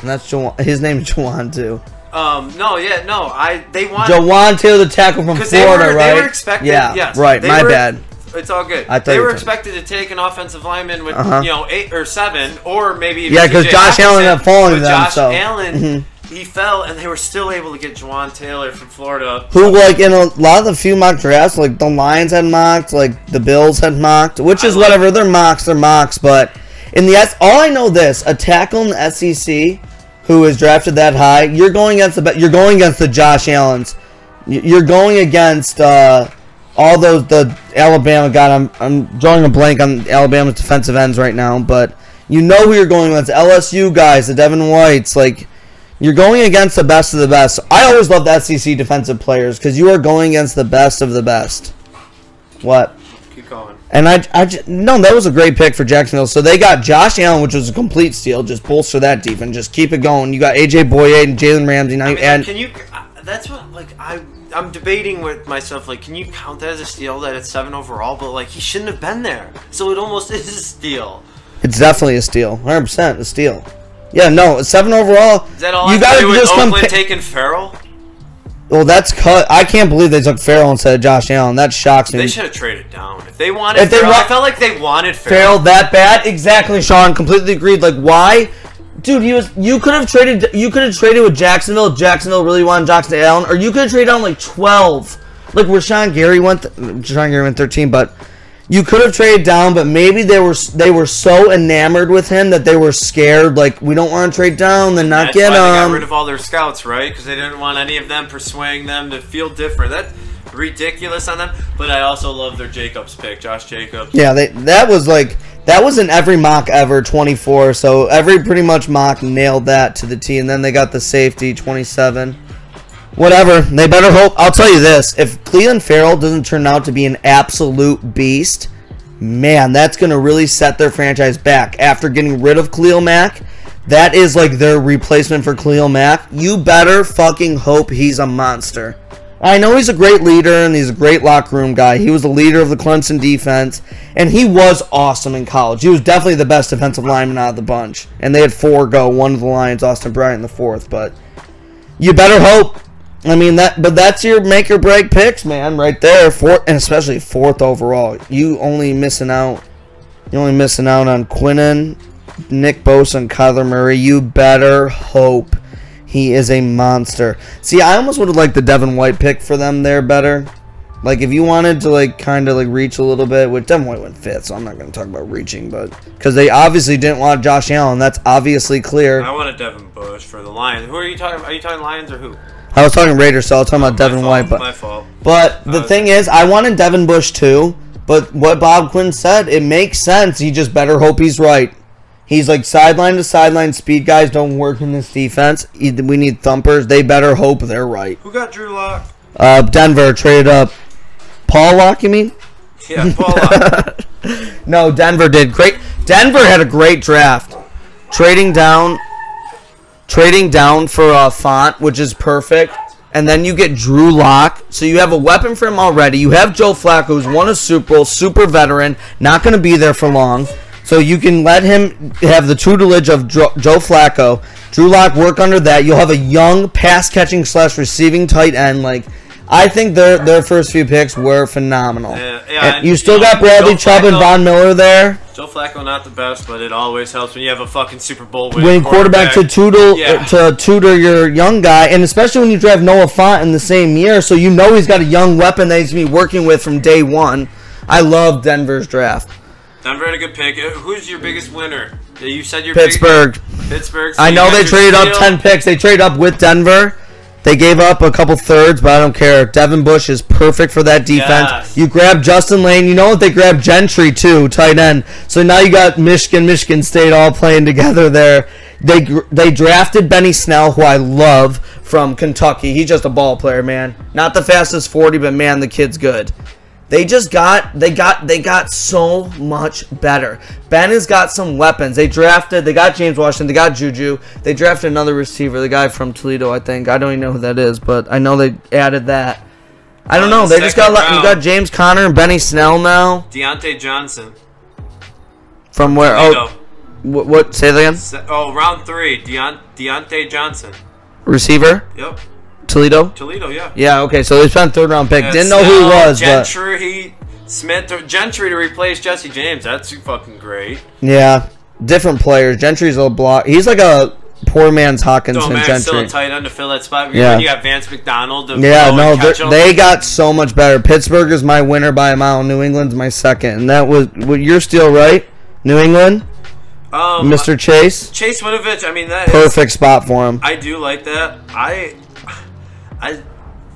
And that's Jawan. His name is Jawan too. Um, no, yeah, no. I they want Jawan Taylor, the tackle from Uh, because Florida, they were right? they were expected. yeah, yes, right. they My were- bad. It's all good. I thought they you were were talking- expected to take an offensive lineman with Uh-huh. you know eight or seven or maybe even Yeah, 'cause TJ Josh Allen Hockenson, ended up falling to but them, Josh so- Allen, Mhm. he fell, and they were still able to get Juwan Taylor from Florida. Who like in a lot of the few mock drafts, like the Lions had mocked, like the Bills had mocked, which is I like- whatever. They're mocks, they're mocks. But in the S, all I know this: a tackle in the SEC who is drafted that high, you're going against the be- you're going against the Josh Allen's, Y- you're going against uh, all those the Alabama. God, I'm I'm drawing a blank on Alabama's defensive ends right now, but you know who you're going against: LSU guys, the Devin Whites, like. You're going against the best of the best. I always love the SEC defensive players because you are going against the best of the best. What? Keep going. And I, I j- no, that was a great pick for Jacksonville. So they got Josh Allen, which was a complete steal. Just bolster that defense. Just keep it going. You got AJ Boyd and Jalen Ramsey. Now I you mean, add can you? uh, That's what like I I'm debating with myself. Like, can you count that as a steal that it's seven overall? But like, he shouldn't have been there, so it almost is a steal. It's definitely a steal. 100 percent a steal. Yeah, no, seven overall. Is that all you you got to gotta do with Oakland compa- taking Farrell? well, that's cut. I can't believe they took Farrell instead of Josh Allen. That shocks me. They should have traded down if they wanted. Mm-hmm. If they Farrell, wa- I felt like they wanted Farrell. Farrell that bad? Exactly, Sean. Completely agreed. Like, why, dude? He was. You could have traded. You could have traded with Jacksonville. if Jacksonville really wanted Jackson Allen, or you could have traded on like twelve. Like Rashawn Gary went. Th- Rashawn Gary went thirteen, but you could have traded down. But maybe they were s- they were so enamored with him that they were scared. Like, we don't want to trade down, then not That's get why they got him. rid of all their scouts, right? Because they didn't want any of them persuading them to feel different. That's ridiculous on them. But I also love their Jacobs pick, Josh Jacobs. Yeah, they, that was like that was in every mock ever 24. So every pretty much mock nailed that to the T, and then they got the safety 27. Whatever. They better hope. I'll tell you this: if Cleveland Farrell doesn't turn out to be an absolute beast, man, that's gonna really set their franchise back. After getting rid of Cleo Mack, that is like their replacement for Cleo Mack. You better fucking hope he's a monster. I know he's a great leader and he's a great locker room guy. He was the leader of the Clemson defense, and he was awesome in college. He was definitely the best defensive lineman out of the bunch. And they had four go, one of the Lions, Austin Bryant, the fourth. But you better hope. I mean that, but that's your make or break picks, man, right there. Fourth, and especially fourth overall. You only missing out. You only missing out on Quinnen, Nick Bosa, and Kyler Murray. You better hope he is a monster. See, I almost would have liked the Devin White pick for them there better. Like if you wanted to like kind of like reach a little bit, which Devin White went fifth, so I'm not going to talk about reaching, but because they obviously didn't want Josh Allen, that's obviously clear. I want a Devin Bush for the Lions. Who are you talking? Are you talking Lions or who? I was talking Raiders, so I was talking about Devin my White, fault, but my fault. But the Uh, thing is, I wanted Devin Bush too. But what Bob Quinn said, it makes sense. You just better hope he's right. He's like sideline to sideline speed guys don't work in this defense. E- We need thumpers. They better hope they're right. Who got Drew Lock? Uh, Denver traded up. Paul Lock, you mean? Yeah, Paul Lock. No, Denver did great. Denver had a great draft. Trading down, trading down for a font, which is perfect. And then you get Drew Lock, so you have a weapon for him already. You have Joe Flacco, who's won a Super Bowl, super veteran, not going to be there for long. So you can let him have the tutelage of Dro- Joe Flacco. Drew Lock work under that. You'll have a young pass catching slash receiving tight end. Like I think their their first few picks were phenomenal. Yeah, yeah, And you still you know, got Bradley Joe Chubb and Flacco- Von Miller there. Joe Flacco not the best, but it always helps when you have a fucking Super Bowl winning When quarterback to tutor Yeah. to tutor your young guy, and especially when you draft Noah Font in the same year, so you know he's got a young weapon that he's gonna be working with from day one. I love Denver's draft. Denver had a good pick. Uh, Who's your biggest winner? Yeah, You said your Pittsburgh. Big, Pittsburgh. so I you know got they your traded up steal. ten picks. They traded up with Denver. They gave up a couple thirds, but I don't care. Devin Bush is perfect for that defense. Yes. You grab Justin Lane. You know what? They grabbed Gentry too, tight end. So now you got Michigan, Michigan State all playing together there. They gr- they drafted Benny Snell, who I love from Kentucky. He's just a ball player, man. Not the fastest forty, but man, the kid's good. They just got they got they got so much better. Ben has got some weapons. They drafted they got James Washington, they got Juju, they drafted another receiver, the guy from Toledo, I think. I don't even know who that is, but I know they added that. I don't know. They just got Second you got round. James Conner and Benny Snell now Deontay Johnson. from where? Oh. Oh, what, what? Say that again. Se- oh, round three. Deon- Deontay Johnson. Receiver Yep. Toledo. Toledo, yeah. Yeah. Okay. So they spent third round pick. Didn't know who he Snell, was, but Gentry, Smith, Gentry to replace Jesse James. That's fucking great. Yeah, different players. Gentry's a block. He's like a poor man's Don't Hawkinson Max Oh, still a Gentry. tight end to fill that spot. Yeah. You got Vance McDonald. To Yeah, go no, and catch they're- him. they got so much better. Pittsburgh is my winner by a mile. New England's my second, and that was well, you're still right. New England, um, Mr. Chase, Chase Winovich. I mean, that is- perfect spot for him. I do like that. I, I,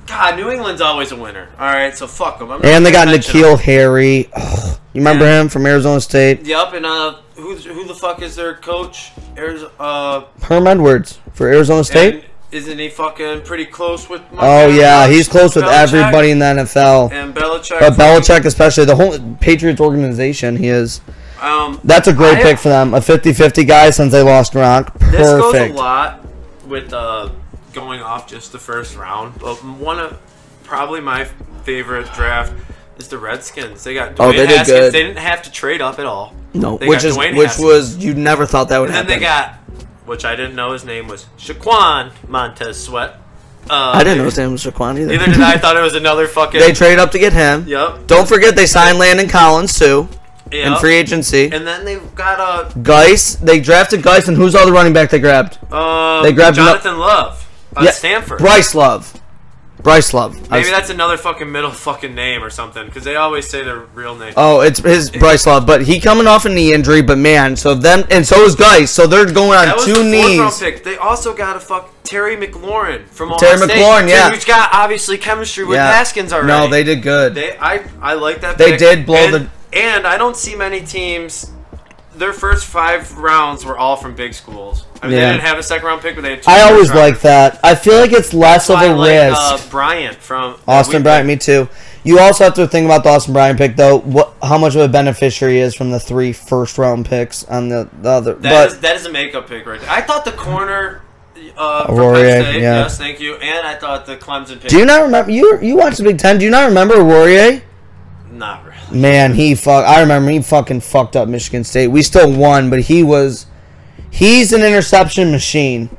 God, New England's always a winner. All right, so fuck them. And they got Nikhil Harry. Ugh, you remember him from Arizona State? Yep, and uh, who's who the fuck is their coach? Arizona. Uh, Herm Edwards for Arizona State. and isn't he fucking pretty close with? my Oh guy, yeah, uh, he's close with Belichick? everybody in the NFL. And Belichick. But Belichick, especially the whole Patriots organization, he is. Um, That's a great I- pick for them. A 50-50 guy since they lost Gronk. Perfect. This goes a lot with uh, going off just the first round, but one of probably my favorite draft is the Redskins. They got Dwayne Oh, they did Haskins. good. They didn't have to trade up at all. No, They which got is Dwayne which Haskins. was you never thought that would And then happen. they got, which I didn't know his name was Shaquan Montez Sweat. Uh, I didn't know his name was Raquan either. Neither did I. I thought it was another fucking. they trade up to get him. Yep. Don't forget they signed Landon Collins too yep. in free agency. And then they got uh, Geis, they drafted Geis, and who's the other running back they grabbed? a uh, They grabbed no- Jonathan Love out Yeah, of Stanford. Bryce Love. Bryce Love. I Maybe was- that's another fucking middle fucking name or something because they always say their real name. Oh, it's his Bryce Love, but he coming off a knee injury. But man, so them and so is Geis. So they're going on That was two the fourth knees. round pick. They also got a fuck Terry McLaurin from Ohio Terry State, McLaurin, dude, yeah. who's got obviously chemistry with Yeah. Haskins already. No, they did good. They, I, I like that. They pick. did blow and, the- And I don't see many teams. Their first five rounds were all from big schools. I mean, Yeah. they didn't have a second round pick, but they had. Two I first always rounders. like that. I feel like it's less of I a like, risk. Uh, Bryant from Austin we- Bryant, me too. You also have to think about the Austin Bryant pick, though. What, how much of a beneficiary he is from the three first round picks on the, the other? That But is that is a makeup pick right there. I thought the corner. Uh, from Aurier, Penn State, yeah. Yes, thank you. And I thought the Clemson pick. do you not remember? You you watched the Big Ten. Do you not remember Warrior? Not really. Man, he fuck. I remember he fucking fucked up Michigan State. We still won, but he was. He's an interception machine.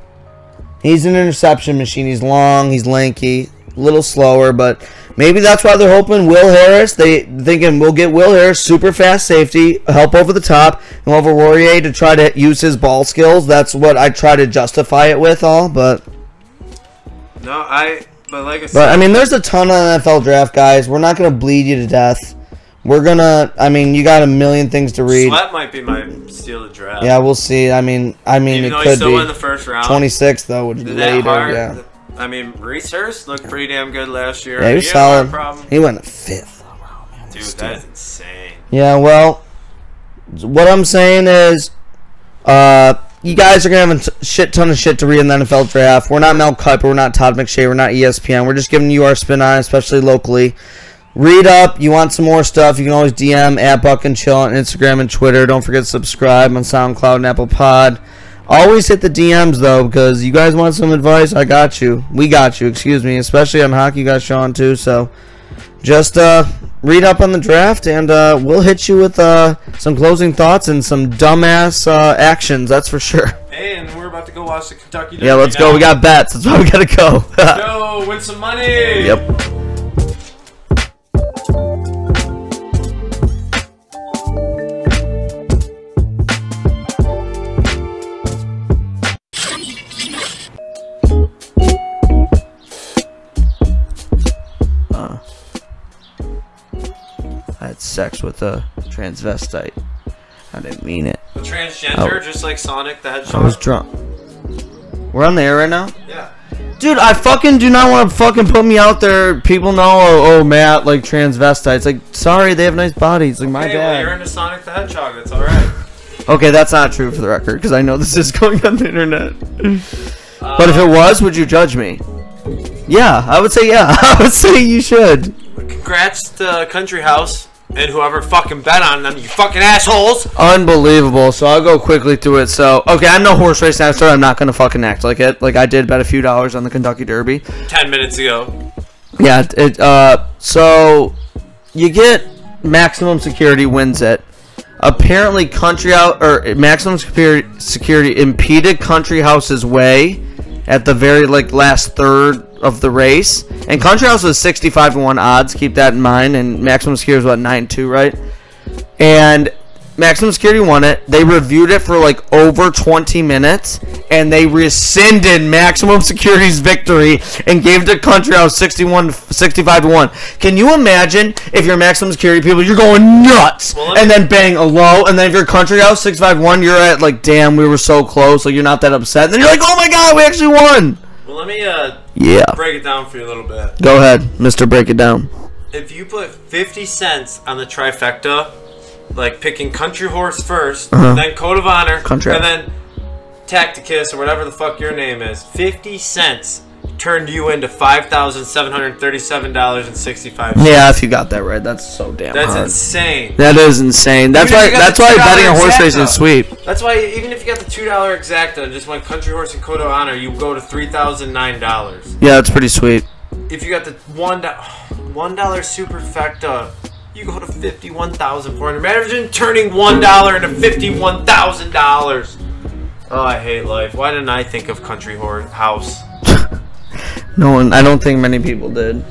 He's an interception machine. He's long. He's lanky. A little slower, but maybe that's why they're hoping Will Harris. They thinking we'll get Will Harris, super fast safety, help over the top, and over Warrior to try to use his ball skills. That's what I try to justify it with all, but. No, I. But like I said, But I mean, there's a ton of NFL draft guys. We're not gonna bleed you to death. We're gonna. I mean, you got a million things to read. Sweat might be my steal of the draft. Yeah, we'll see. I mean, I mean, even though it he could still won the be first round. 26 though, which is That later. hard, Yeah, I mean, Reese Hurst looked pretty damn good last year. yeah, he was You know, our solid. problem- He went fifth. Dude, that is insane. Yeah, well, what I'm saying is, uh, you guys are gonna have a t- shit ton of shit to read in the NFL draft. We're not Mel Kiper, we're not Todd McShay, we're not E ESPN. We're just giving you our spin on, it, especially locally. Read up. You want some more stuff? You can always DM at Buck and Chill on Instagram and Twitter. Don't forget to subscribe on SoundCloud and Apple Pod. Always hit the DMs though, because you guys want some advice. I got you. We got you. Excuse me, especially on hockey. You got Sean too, so just uh, read up on the draft, and uh, we'll hit you with uh, some closing thoughts and some dumbass uh, actions. That's for sure. Hey, and we're about to go watch the Kentucky. Yeah, let's go. We got bets. That's why we gotta go. Go win some money. yep. Uh, I had sex with a transvestite. I didn't mean it. The transgender, Oh. just like Sonic the I Hedgehog. was drunk. We're on the air right now? yeah. Dude, I fucking do not want to fucking put me out there. People know, oh, oh, Matt, like transvestites. Like, sorry, they have nice bodies. Like, my Hey, well, you're bad. into Sonic the Hedgehog. That's all right. Okay, that's not true for the record, because I know this is going on the internet. but if it was, would you judge me? Yeah, I would say yeah. I would say you should. Congrats to Country House and whoever fucking bet on them, you fucking assholes. Unbelievable. So I'll go quickly through it. So okay, I'm no horse race master. I'm not gonna fucking act like it. Like I did bet a few dollars on the Kentucky Derby. Ten minutes ago. Yeah. it- It. Uh. So you get maximum security wins it. Apparently, country out or eh, maximum security security impeded country house's way at the very like last third of the race. And country house was 65 to one odds. Keep that in mind. And maximum security was what nine two, right? and maximum security won it they reviewed it for like over 20 minutes and they rescinded maximum security's victory and gave the country out 61 65 to 1 can you imagine if you're maximum security people you're going nuts Well, let and me- then bang a low and then if your country out 65 1 you're at like damn we were so close like you're not that upset and then you're like oh my god we actually won Well, let me uh yeah break it down for you a little bit. go ahead mr break it down If you put fifty cents on the trifecta, like picking Country Horse 1st Uh-huh. then Code of Honor, Country and House. then Tacticus or whatever the fuck your name is, fifty cents turned you into five thousand seven hundred thirty-seven dollars and sixty-five. yeah if you got that right that's so damn That's hard. insane. that is insane that's Even if why you got that's the why $2 betting a horse exact race though. is sweep That's why even if you got the two dollar exacta and just went country horse and code of honor, you go to three thousand nine dollars. Yeah, that's pretty sweet. If you got the one do- one dollar superfecta, you go to fifty one thousand four hundred. Imagine turning one dollar into fifty one thousand dollars. Oh, I hate life. Why didn't I think of country horse house? No one, I don't think many people did.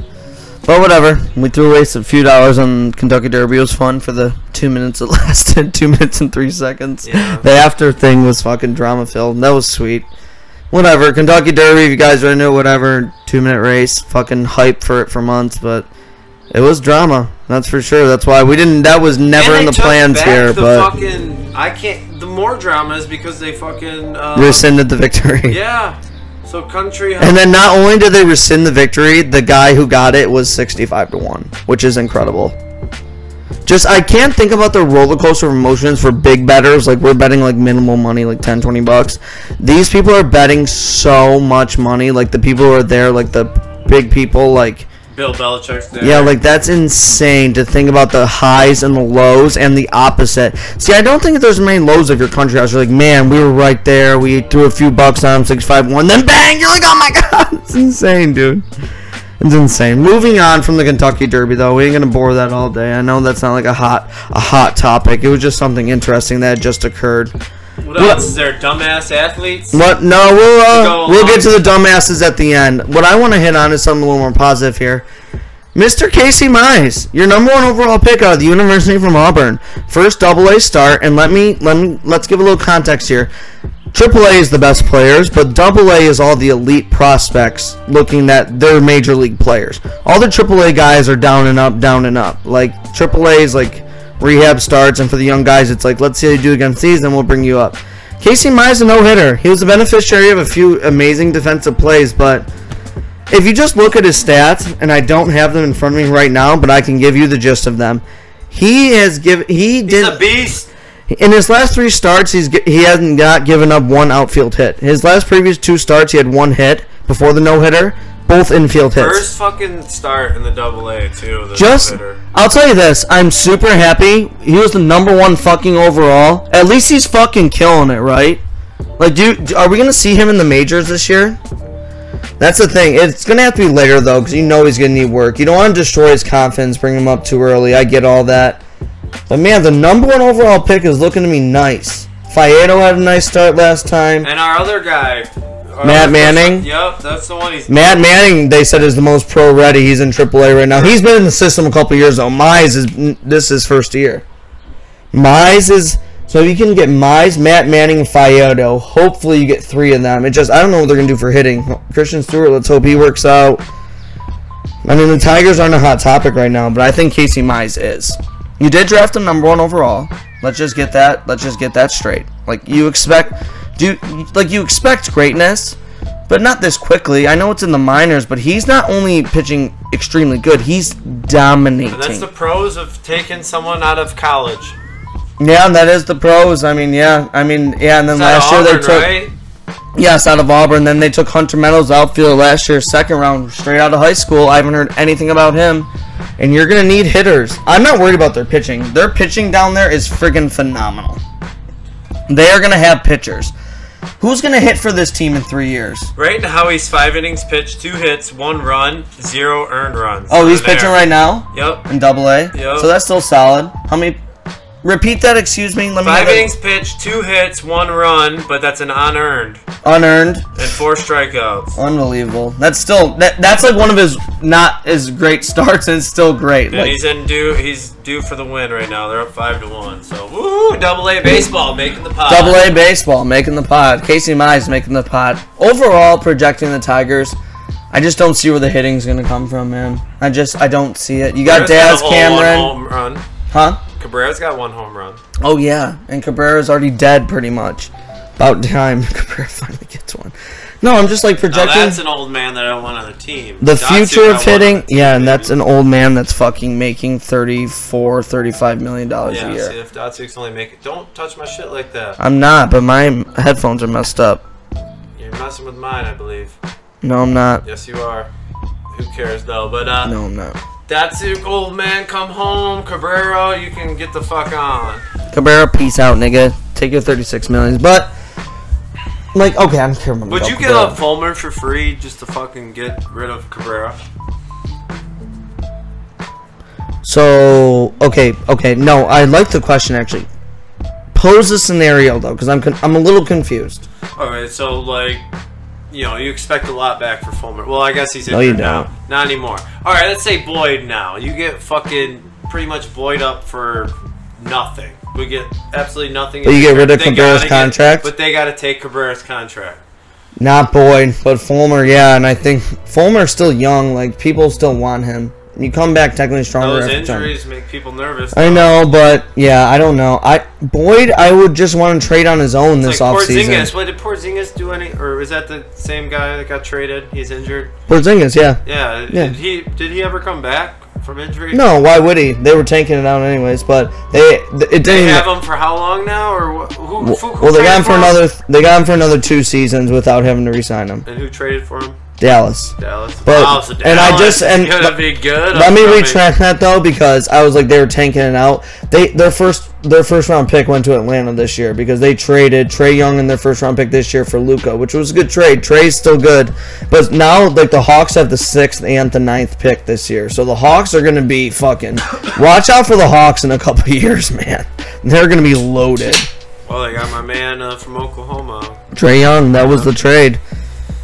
But whatever, we threw away a few dollars on Kentucky Derby. It was fun for the two minutes it lasted, two minutes and three seconds. Yeah. The after thing was fucking drama filled. That was sweet. Whatever, Kentucky Derby. If you guys are into it, whatever, two minute race, fucking hype for it for months. But it was drama, that's for sure. That's why we didn't. That was never And in they the took plans back here. the But fucking I can't. The more drama is because they fucking uh, rescinded the victory. yeah. So country house. And then not only did they rescind the victory, the guy who got it was 65 to 1, which is incredible. Just I can't think about the roller coaster of emotions for big betters. Like we're betting like minimal money, like 10, 20 bucks. These people are betting so much money. Like the people who are there, like the big people, like Bill Belichick's there. yeah, like that's insane to think about the highs and the lows and the opposite. See, I don't think that there's many lows of your country house. You're like, man, we were right there. We threw a few bucks on him, six five one. Then bang, you're like, oh my god, it's insane, dude. It's insane. Moving on from the Kentucky Derby, though, we ain't gonna bore that all day. I know that's not like a hot a hot topic. It was just something interesting that had just occurred. What else? Is there dumbass athletes? What? No, we'll uh, Go we'll get on. to the dumbasses at the end. What I want to hit on is something a little more positive here. Mr. Casey Mize, your number one overall pick out of the University from Auburn, first Double A start, and let me let me let's give a little context here. Triple A is the best players, but Double A is all the elite prospects looking at their major league players. All the Triple A guys are down and up, down and up. Like Triple A is like rehab starts, and for the young guys, it's like let's see how you do against these, then we'll bring you up. Casey Mize a no hitter. He was a beneficiary of a few amazing defensive plays, but if you just look at his stats, and I don't have them in front of me right now, but I can give you the gist of them. He has given he did He's a beast. in his last three starts, he's gi- he hasn't not given up one outfield hit. His last previous two starts, he had one hit before the no hitter, both infield hits. First fucking start in the double A too. The just hitter. I'll tell you this, I'm super happy. He was the number one fucking overall. At least he's fucking killing it, right? Like, do are we gonna see him in the majors this year? That's the thing. It's gonna have to be later though, because you know he's gonna need work. You don't want to destroy his confidence, bring him up too early. I get all that, but man, the number one overall pick is looking to me nice. Fiedo had a nice start last time. And our other guy, our Matt other- Manning? Yep, that's the one. He's Matt Manning, they said, is the most pro ready. He's in AAA right now. He's been in the system a couple years though. Mize is this is first year. Mize is so if you can get Mize, Matt Manning, and Fiodo. Hopefully you get three of them. It just I don't know what they're gonna do for hitting. Christian Stewart, let's hope he works out. I mean the Tigers aren't a hot topic right now, but I think Casey Mize is. You did draft him number one overall. Let's just get that. Let's just get that straight. Like you expect, do like you expect greatness, but not this quickly. I know it's in the minors, but he's not only pitching extremely good; he's dominating. that's the pros of taking someone out of college. yeah, and that is the pros. I mean, yeah, I mean, yeah. And then It's out last of year they Auburn, took right? yes out of Auburn. Then they took Hunter Meadows outfielder last year, second round, straight out of high school. I haven't heard anything about him. and you're gonna need hitters. I'm not worried about their pitching. Their pitching down there is friggin' phenomenal. They are gonna have pitchers. Who's gonna hit for this team in three years? Right now, he's five innings pitched, two hits, one run, zero earned runs. Oh, he's There. pitching right now Yep. in Double A. Yep. So that's still solid. How many? Repeat that. Excuse me. Let me Five have it. innings pitched, two hits, one run, but that's an unearned Unearned. and four strikeouts. Unbelievable. That's still that, that's like one of his not as great starts and it's still great. And Like, he's in due. He's due for the win right now. They're up five to one. So woo! Double A baseball making the pot. Double A uh, baseball making the pod. Casey Mize making the pod. Overall, projecting the Tigers, I just don't see where the hitting's gonna come from, man. I just I don't see it. You got Cabrera's got Daz a whole Cameron, One home run. huh? Cabrera's got one home run. Oh yeah, and Cabrera's already dead pretty much. About time Cabrera finally gets one. No, I'm just like Now projecting that's an old man that I want on the team. the Dotson future got of one on hitting. the team, Yeah, and baby. that's an old man that's fucking making 34, 35 million dollars Yeah, a year. see if Dotsuk's only making. Don't touch my shit like that. I'm not, but my headphones are messed up. You're messing with mine, I believe. No, I'm not. Yes, you are. Who cares though? But uh, No, I'm not. Datsuk, old man, come home. Cabrera, you can get the fuck on. Cabrera, peace out, nigga. Take your 36 millions. But, like, okay, I'm here. Would you give up Fulmer for free just to fucking get rid of Cabrera? So, okay, okay. No, I like the question, actually. Pose the scenario, though, because I'm, con- I'm a little confused. All right, so like, you know, you expect a lot back for Fulmer. Well, I guess he's No, injured you now. Not anymore. All right, let's say Boyd now. You get fucking pretty much Boyd up for nothing. We get absolutely nothing. But you get rid of They Cabrera's gotta get- contract? but they got to take Cabrera's contract. Not Boyd, but Fulmer, yeah, and I think Fulmer's still young. Like, people still want him. You come back technically stronger. Those after time. injuries make people nervous. I know, but yeah, I don't know. I Boyd, I would just want to trade on his own It's this like offseason. Porzingis. What did Porzingis do? Any or is that the same guy that got traded? He's injured. Porzingis, yeah. Yeah. Yeah. Did he did he ever come back from injury? No, why would he? They were tanking it out anyways, but they th- it didn't. They even- have him for how long now? Or wh- who? who, who well, they got him traded for him? another. They got him for another two seasons without having to resign him. And who traded for him? Dallas. Dallas. But- wow, so and I Dallas just- is and- gonna be good. Let me upcoming. retract that though because I was like they were tanking it out. They their first their first round pick went to Atlanta this year because they traded Trey Young in their first round pick this year for Luca, which was a good trade. Trey's still good, but now like the Hawks have the sixth and the ninth pick this year, so the Hawks are gonna be fucking. watch out for the Hawks in a couple years, man. They're gonna be loaded. Well, they got my man uh, from Oklahoma. Trey Young, that was the trade.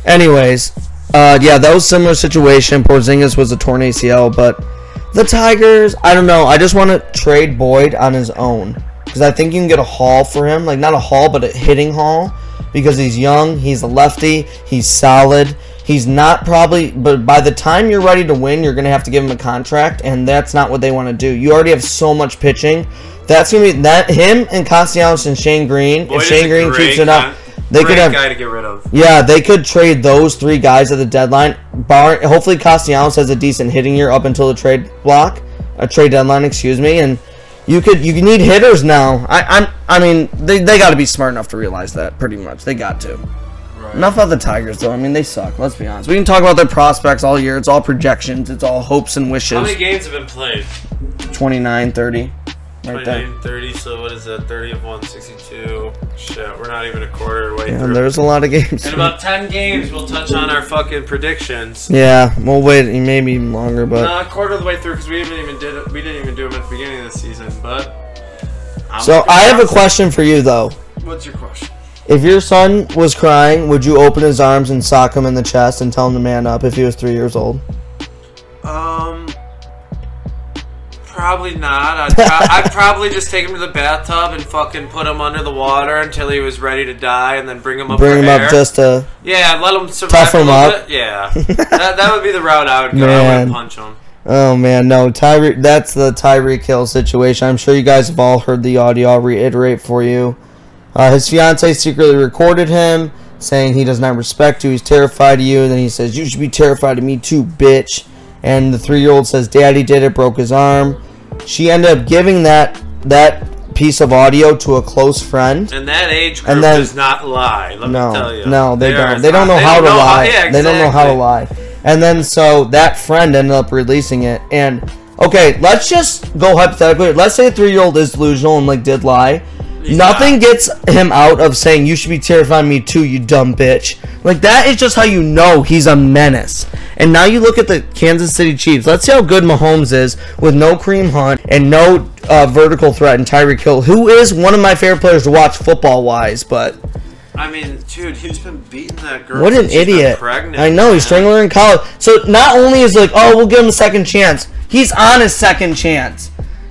Anyways, uh, yeah, that was a similar situation. Porzingis was a torn ACL, but the Tigers, I don't know. I just want to trade Boyd on his own because I think you can get a haul for him, like not a haul, but a hitting haul because he's young, he's a lefty, he's solid. He's not probably, but by the time you're ready to win, you're gonna have to give him a contract, and that's not what they want to do. You already have so much pitching. That's gonna be that him and Castellanos and Shane Green. Boyd if is Shane a Green great keeps it up, con- they great could have guy to get rid of. yeah, they could trade those three guys at the deadline. Bar- hopefully, Castellanos has a decent hitting year up until the trade block, a trade deadline, excuse me. And you could you need hitters now. I I'm, I mean they, they got to be smart enough to realize that pretty much they got to. Enough about the Tigers though. I mean they suck. Let's be honest. We can talk about their prospects all year. It's all projections. It's all hopes and How many wishes. games have been played? 29, 30. Right there. 29, 30, so what is that? 30 of 162. Shit, we're not even a quarter way Yeah, through. there's a lot of games. In about 10 games, we'll touch on our fucking predictions. Yeah, we'll wait maybe even longer, but Not a quarter of the way through because we haven't even did it. We didn't even do them at the beginning of the season. But I'm so looking I have a forward- question for you though. What's your question? If your son was crying, would you open his arms and sock him in the chest and tell him to man up if he was three years old? Um, probably not. I'd, pro- I'd probably just take him to the bathtub and fucking put him under the water until he was ready to die, and then bring him up. for Bring him air. up just to. yeah, let him survive. Tough a him little up. Bit. Yeah, that, that would be the route I would go. I Man. would punch him. Oh man, no, Tyree. That's the Tyreek Hill situation. I'm sure you guys have all heard the audio. I'll reiterate for you. Uh, his fiance secretly recorded him saying he does not respect you. He's terrified of you. And then he says, "You should be terrified of me too, bitch." And the three-year-old says, "Daddy did it. Broke his arm." She ended up giving that that piece of audio to a close friend. And that age group And then- does not lie. Let me tell No, you. no, they, are don't. They don't know not- how to lie. yeah, They don't know how to exactly. lie. And then so that friend ended up releasing it, and Okay, let's just go hypothetically. Let's say a three-year-old is delusional and like did lie. Nothing gets him out of saying you should be terrified of me too, you dumb bitch. Like that is just how you know he's a menace. And now you look at the Kansas City Chiefs. Let's see how good Mahomes is with no Kareem Hunt and no uh, vertical threat and Tyreek Hill, who is one of my favorite players to watch football-wise. But I mean, dude, he's been beating that girl. what an since she's been idiot! Pregnant, I know he's man. strangling her in college. So not only is it like, oh, we'll give him a second chance. He's on his second chance,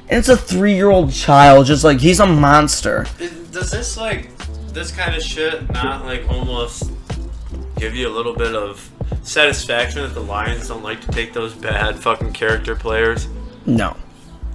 and it's a three-year-old child. Just like he's a monster. Is- Does this like this kind of shit not like almost give you a little bit of satisfaction that the Lions don't like to take those bad fucking character players? No.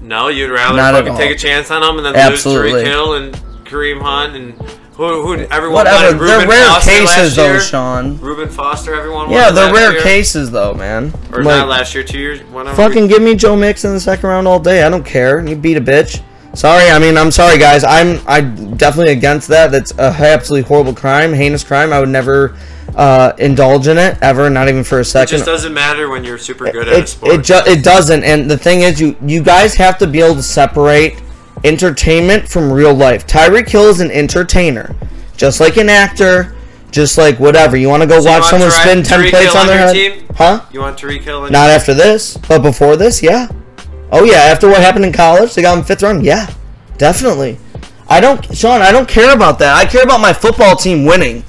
No, you'd rather Not at fucking all. take a chance on them and then lose Absolutely. Tariq Hill and Kareem Hunt and who, who everyone Whatever. wanted They're Ruben rare Foster cases, last though, year? Sean. Ruben Foster, everyone. Yeah, wanted they're last rare year. cases, though, man. Or Like, not last year, two years. Whenever. Fucking give me Joe Mix in the second round all day. I don't care. You beat a bitch. Sorry, I mean, I'm sorry, guys. I'm I'm definitely against that. That's a absolutely horrible crime, heinous crime. I would never uh, indulge in it ever, not even for a It second. just doesn't matter when you're super good at a it, sport. it, ju- it doesn't and the thing is you you guys have to be able to separate entertainment from real life tyreek hill is an entertainer just like an actor just like whatever you want to go you watch want someone Tyre- spin 10 Tyreek plates Hill on their on head your team? huh you want Tariq Hill? And not after this but before this yeah oh yeah after what happened in college they got him fifth round yeah definitely i don't sean i don't care about that i care about my football team winning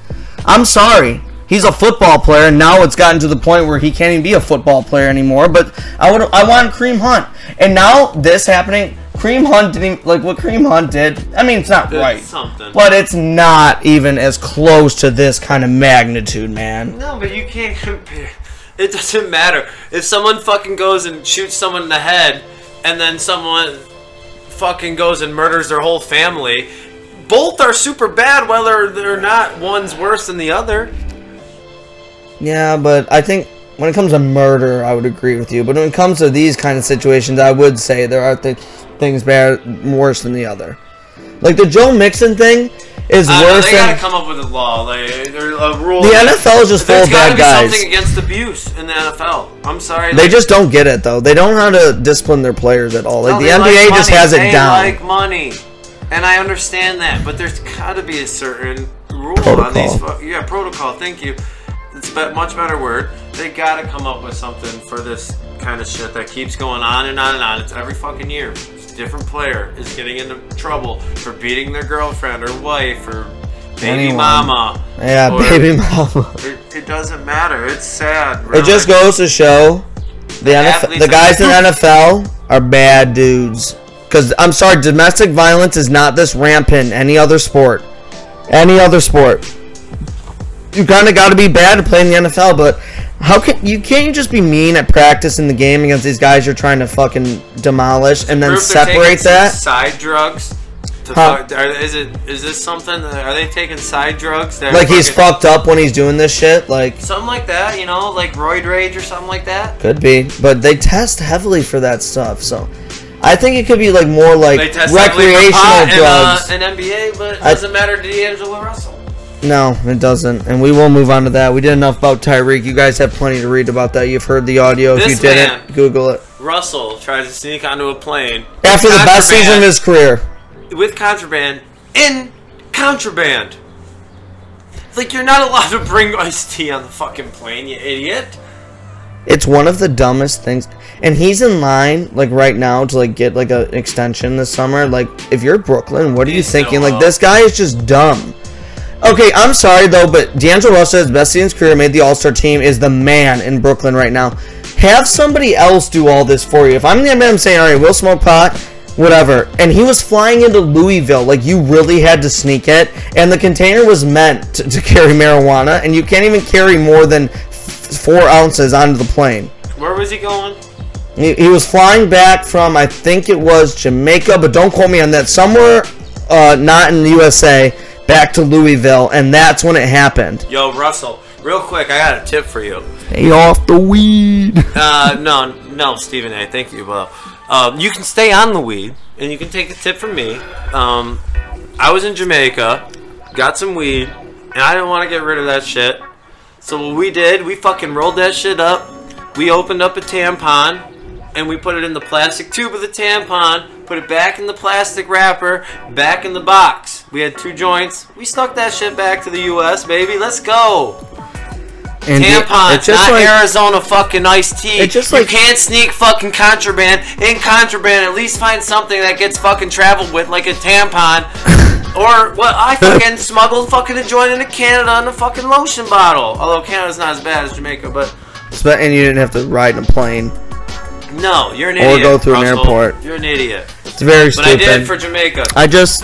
I'm sorry. He's a football player. and Now it's gotten to the point where he can't even be a football player anymore. But I would, I want Cream Hunt, and now this happening. Cream Hunt didn't like what Cream Hunt did. I mean, it's not right, something. but it's not even as close to this kind of magnitude, man. No, but you can't compare. It doesn't matter. If someone fucking goes and shoots someone in the head, and then someone fucking goes and murders their whole family, both are super bad, whether they're not one's worse than the other. Yeah, but I think when it comes to murder, I would agree with you. But when it comes to these kind of situations, I would say there are th- things bad, worse than the other. Like the Joe Mixon thing is I don't know, worse Uh, they than. gotta come up with a law, like or a rule. The NFL is just full There's of gotta bad be guys. something against abuse in the NFL. I'm sorry. They like, just don't get it though. They don't know how to discipline their players at all. Like no, the they NBA like just money. has They it down. like money, and I understand that, but there's gotta be a certain rule on these. Protocol. Fu- yeah, protocol. Thank you. It's a much better word. They gotta come up with something for this kind of shit that keeps going on and on and on. It's every fucking year. It's a different player is getting into trouble for beating their girlfriend or wife or baby Anyone. mama. yeah, or- baby mama. It, it doesn't matter. It's sad. It just goes to show the NFL, athletes the are- guys in the NFL are bad dudes. Cause I'm sorry, domestic violence is not this rampant in any other sport. Any other sport. You kinda gotta be bad to play in the NFL, but how can you can't you just be mean at practice in the game against these guys you're trying to fucking demolish and then Proof they're taking separate some that? side drugs. To Huh. fuck, are, is it is this something? Are they taking side drugs? that are Like he's fucking- fucked up when he's doing this shit, like something like that. You know, like roid rage or something like that. Could be, but they test heavily for that stuff. So, I think it could be like more like They test recreational drugs. in, uh, in NBA, but it I- doesn't matter to D'Angelo Russell. no, it doesn't. And we will move on to that. We did enough about Tyreek. You guys have plenty to read about that. You've heard the audio. if This you didn't, man- Google it. Russell tries to sneak onto a plane with After the best season of his career, with contraband in contraband. Like you're not allowed to bring iced tea on the fucking plane, you idiot. it's one of the dumbest things. And he's in line like right now to like get like a- an extension this summer. Like, if you're Brooklyn, what are you He's so thinking? Like, up. this guy is just dumb. Okay, I'm sorry though, but D'Angelo Russell, his best season's career, made the All Star team, is the man in Brooklyn right now. Have somebody else do all this for you. If I'm the man, I'm saying, all right, we'll smoke pot, whatever. And he was flying into Louisville, like you really had to sneak it. And the container was meant to, to carry marijuana, and you can't even carry more than f- four ounces onto the plane. Where was he going? He, he was flying back from, I think it was Jamaica, but don't quote me on that. Somewhere uh, not in the USA, back to Louisville, and that's when it happened. Yo, Russell, real quick, I got a tip for you. Hey, off the weed. Uh, no, no, Stephen A. Thank you, Well, Um, you can stay on the weed, and you can take a tip from me. Um, I was in Jamaica, got some weed, and I didn't want to get rid of that shit. So what we did, we fucking rolled that shit up. We opened up a tampon, and we put it in the plastic tube of the tampon, put it back in the plastic wrapper, back in the box. We had two joints. We stuck that shit back to the U.S., baby. Let's go. And Tampons, it's just not like- Arizona fucking iced tea. It's just you like- can't sneak fucking contraband. In contraband, at least find something that gets fucking traveled with, like a tampon. or what I fucking smuggled fucking a joint into Canada in a fucking lotion bottle. Although Canada's not as bad as Jamaica, but But- and you didn't have to ride in a plane. no, you're an Or idiot. go through an Russell. airport. You're an idiot. It's very But stupid. I did it for Jamaica. I just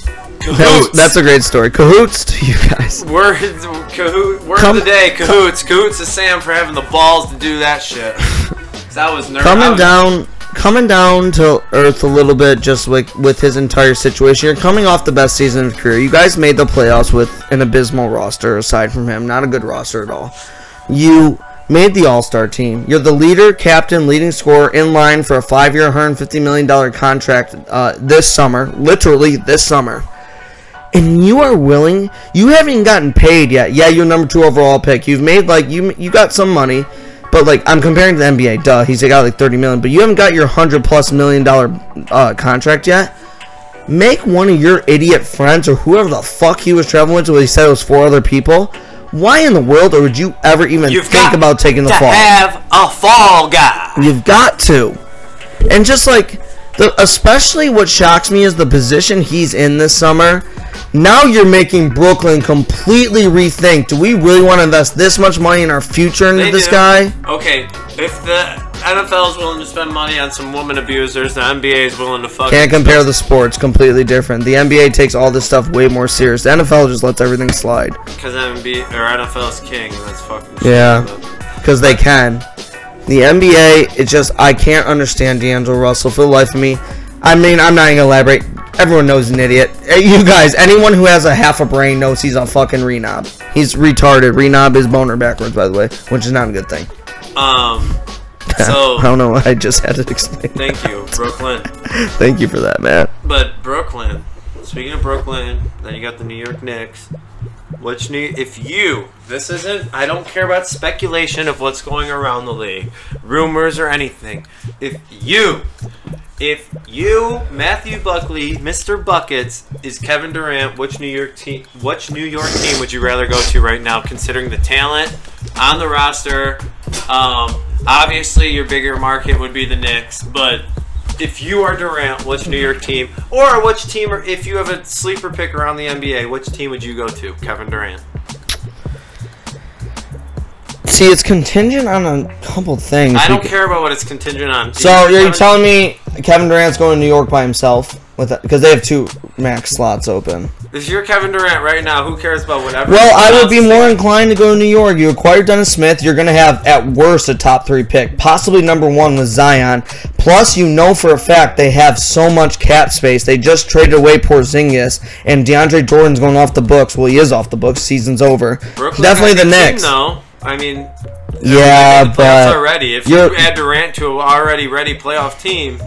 that was, Cahoots. that's a great story. Cahoots to you guys. Word, cahoot, word Come- of the day, cahoots. Cahoots to Sam for having the balls to do that shit. 'Cause I was nervous. I Coming was- down, coming down to earth a little bit, just like with his entire situation. You're coming off the best season of your career. You guys made the playoffs with an abysmal roster. Aside from him, not a good roster at all. You made the All Star team. You're the leader, captain, leading scorer in line for a five-year, 150 million dollar contract uh, this summer. Literally this summer. and you are willing you haven't even gotten paid yet yeah you're number two overall pick you've made like you you got some money but like i'm comparing to the nba duh he's got like 30 million but you haven't got your 100 plus million dollar uh, contract yet make one of your idiot friends or whoever the fuck he was traveling with so he said it was four other people why in the world or would you ever even You've think got about taking the to fall have a fall guy. You've got to. And just like the especially what shocks me is the position he's in this summer. Now you're making Brooklyn completely rethink. Do we really want to invest this much money in our future into They this do. guy? Okay, if the NFL is willing to spend money on some woman abusers, the NBA is willing to fuck. Can't compare the sports, completely different. The NBA takes all this stuff way more serious. The NFL just lets everything slide. Because NBA or NFL's king. That's fucking. Yeah. Shit, but- because they can. The NBA, it's just I can't understand D'Angelo Russell for the life of me. I mean, I'm not even gonna elaborate. Everyone knows he's an idiot. Eh, You guys, anyone who has a half a brain knows he's a fucking renob. He's retarded. Renob is boner backwards, by the way, which is not a good thing. um. I So don't know why I just had to explain. thank you, Brooklyn. Thank you for that, man. But Brooklyn. Speaking of Brooklyn, then you got the New York Knicks. Which new? If you, this isn't. I don't care about speculation of what's going around the league, rumors or anything. If you, if you, Matthew Buckley, Mr. Buckets, is Kevin Durant. Which New York team? Which New York team would you rather go to right now, considering the talent on the roster? Um, obviously, your bigger market would be the Knicks, but if you are Durant, which New York team, or which team, or if you have a sleeper pick around the NBA, which team would you go to, Kevin Durant? See, it's contingent on a couple things. I don't Beca- care about what it's contingent on. So Either are you Kevin- telling me Kevin Durant's going to New York by himself with because they have two max slots open? if you're Kevin Durant right now, who cares about whatever? Well, I would be else? more inclined to go to New York. You acquire Dennis Smith. You're going to have, at worst, a top three pick, possibly number one with Zion. Plus, you know for a fact they have so much cap space. They just traded away Porzingis, and DeAndre Jordan's going off the books. Well, he is off the books. Season's over. Brooklyn Definitely has a the good team, Knicks. though. I mean, yeah, playoffs but already. If you you're- add Durant to an already ready playoff team,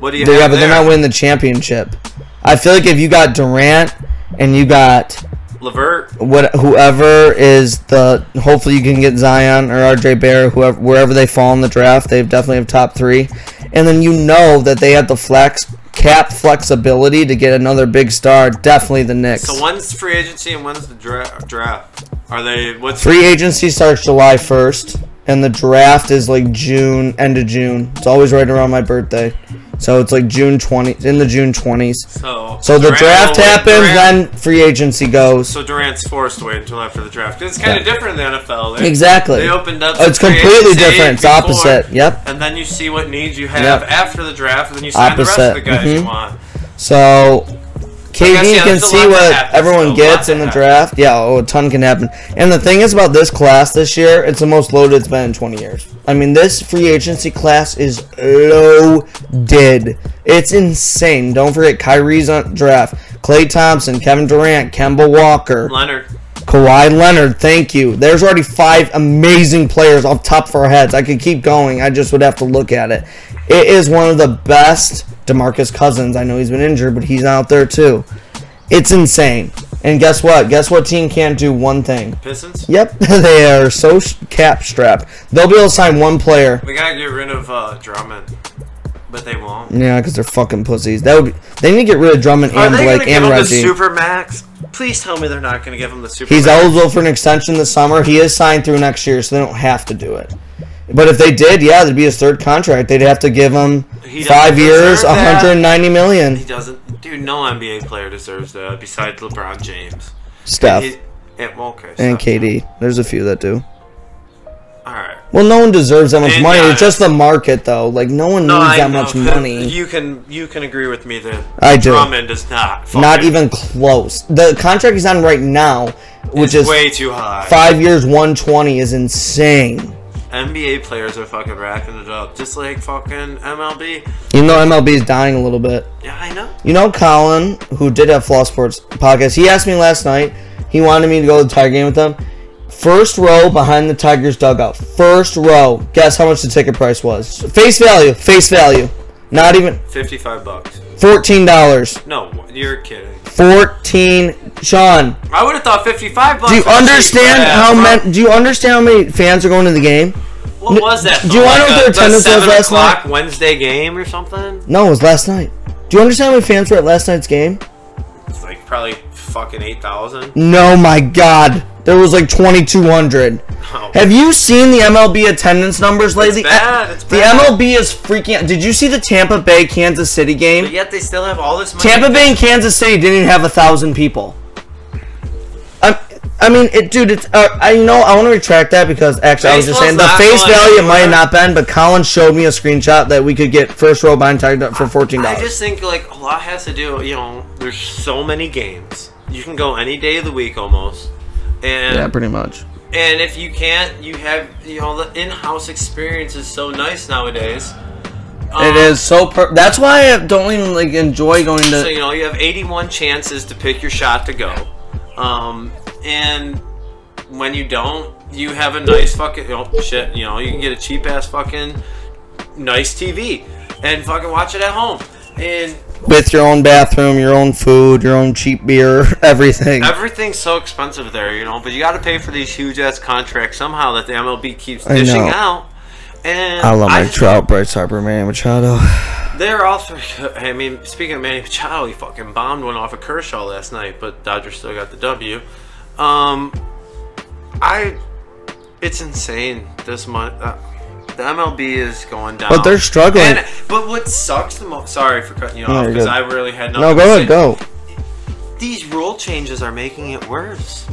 what do you yeah, have but there? they're not winning the championship. I feel like if you got Durant and you got Levert. what whoever is the hopefully you can get Zion or RJ Bear whoever wherever they fall in the draft they definitely have top three and then you know that they have the flex cap flexibility to get another big star definitely the Knicks So one's free agency and one's the dra- draft. Are they? What's free agency starts July 1st and the draft is like June end of June it's always right around my birthday so it's like June 20 in the June 20s so? so the Durant will draft win. happens Durant- then free agency goes So Durant's forced to wait until after the draft. It's kind of Yeah. different in the NFL. They, exactly Oh, They opened up. it's the free completely agency different it's before, opposite yep And then you see what needs you have Yep. after the draft, and then you sign the rest of the Opposite, guys you mhm. want. So guess, KD yeah, can there's a see lot that what happens, though. A everyone lot gets that in the happens. draft. Yeah, oh, a ton can happen. And the thing is about this class this year, it's the most loaded it's been in 20 years. I mean, this free agency class is loaded. It's insane. Don't forget Kyrie's on draft, Klay Thompson, Kevin Durant, Kemba Walker, Leonard, Kawhi Leonard. Thank you. There's already five amazing players off top of our heads. I could keep going. I just would have to look at it. It is one of the best. Demarcus Cousins. I know he's been injured, but he's out there too. It's insane. And guess what? Guess what team can't do one thing? Pistons? Yep, they are so s- cap strapped. They'll be able to sign one player. We gotta get rid of uh, Drummond, but they won't. Yeah, because they're fucking pussies. That would be, they need to get rid of Drummond Are and they Blake gonna give and him the Reggie. super max? Please tell me they're not gonna give him the super. He's eligible for an extension this summer. He is signed through next year, so they don't have to do it. But if they did, yeah, that'd be his third contract. They'd have to give him He doesn't five years, deserve one that. hundred ninety million. He doesn't. Dude, no NBA player deserves that besides LeBron James. Steph He- and, well, okay, and Steph. KD. There's a few that do. All right. Well, no one deserves that much And money. Giannis. It's just the market, though. Like no one No, needs I that know, much but money. You can you can agree with me that I do. Drummond does not. fucking- Not even close. The contract he's on right now, which is way too high. five years, one twenty, is insane. NBA players are fucking racking it up, just like fucking MLB. Even though MLB is dying a little bit. Yeah, I know. You know, Colin, who did have Floss Sports podcast, he asked me last night. He wanted me to go to the Tiger game with him. First row behind the Tigers dugout. First row. Guess how much the ticket price was? Face value. Face value. Not even Fifty-five bucks. fourteen dollars. No, you're kidding. Fourteen. Sean, I would have thought fifty-five bucks. do you was cheap, understand but, uh, how fuck, many? Do you understand how many fans are going to the game? What was that? do though? you wanna know a- what their the attendance was seven last o'clock Wednesday game or something? No, it was last night. Do you understand how many fans were at last night's game? It's like probably fucking eight thousand. No, my God. There was like 2,200. Oh. Have you seen the MLB attendance numbers lately? Uh, bad, it's the bad. MLB is freaking. Did you see the Tampa Bay Kansas City game? But yet they still have all this money. Tampa Bay and Kansas City didn't even have a thousand people. I, I mean, it, dude. It's. Uh, I know. I want to retract that because actually, I was just saying the Baseball's not face going value it might anywhere. have not been, but Colin showed me a screenshot that we could get first row behind Tiger for fourteen I dollars. just think like a lot has to do. You know, there's so many games. You can go any day of the week almost. And yeah, pretty much. And if you can't, you have you know the in-house experience is so nice nowadays. Um, It is so. Per- that's why I don't even like enjoy going to. So you know you have 81 chances to pick your shot to go, um, and when you don't, you have a nice fucking oh shit. You know you can get a cheap ass fucking nice TV and fucking watch it at home. And with your own bathroom, your own food, your own cheap beer, everything. everything's so expensive there, you know. But you got to pay for these huge ass contracts somehow that the MLB keeps I dishing know. out. And I love my just- Trout, Bryce Harper, Manny Machado. They're all three. I mean, speaking of Manny Machado, he fucking bombed one off of Kershaw last night, but Dodgers still got the W. Um, I, it's insane this month. Uh, the MLB is going down, But they're struggling. Oh, And, but what sucks the most? Sorry for cutting you No, off you're because good. I really had no, nothing go to say. ahead, go. These rule changes are making it worse.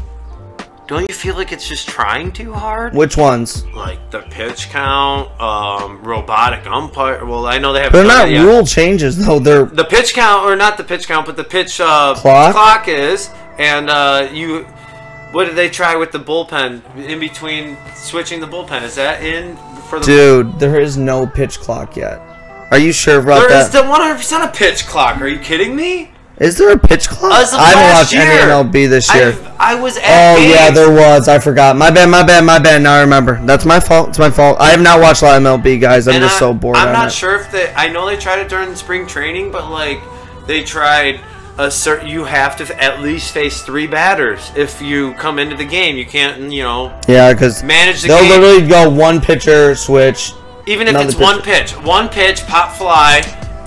Don't you feel like it's just trying too hard? Which ones? Like the pitch count, um, robotic umpire. Well, I know they have. They're not rule changes though. They're the pitch count or not the pitch count but the pitch uh, Clock? is and uh, you what did they try with the bullpen in between switching the bullpen is that in for the dude. There is no pitch clock yet. Are you sure about there that? is the 100% a pitch clock are you kidding me Is there a pitch clock? As of I haven't last watched year, any MLB this year. I, I was at Oh yeah, games. there was. I forgot. My bad. My bad. My bad. Now I remember. That's my fault. It's my fault. I have not watched a lot of MLB, guys. I'm And just I- so bored. I'm on not it. sure if they. I know they tried it during spring training, but like they tried a certain. You have to at least face three batters if you come into the game. You can't, you know, Yeah, because manage the they'll game. literally go one pitcher switch. Even if Another it's one pitch, one pitch, pop fly.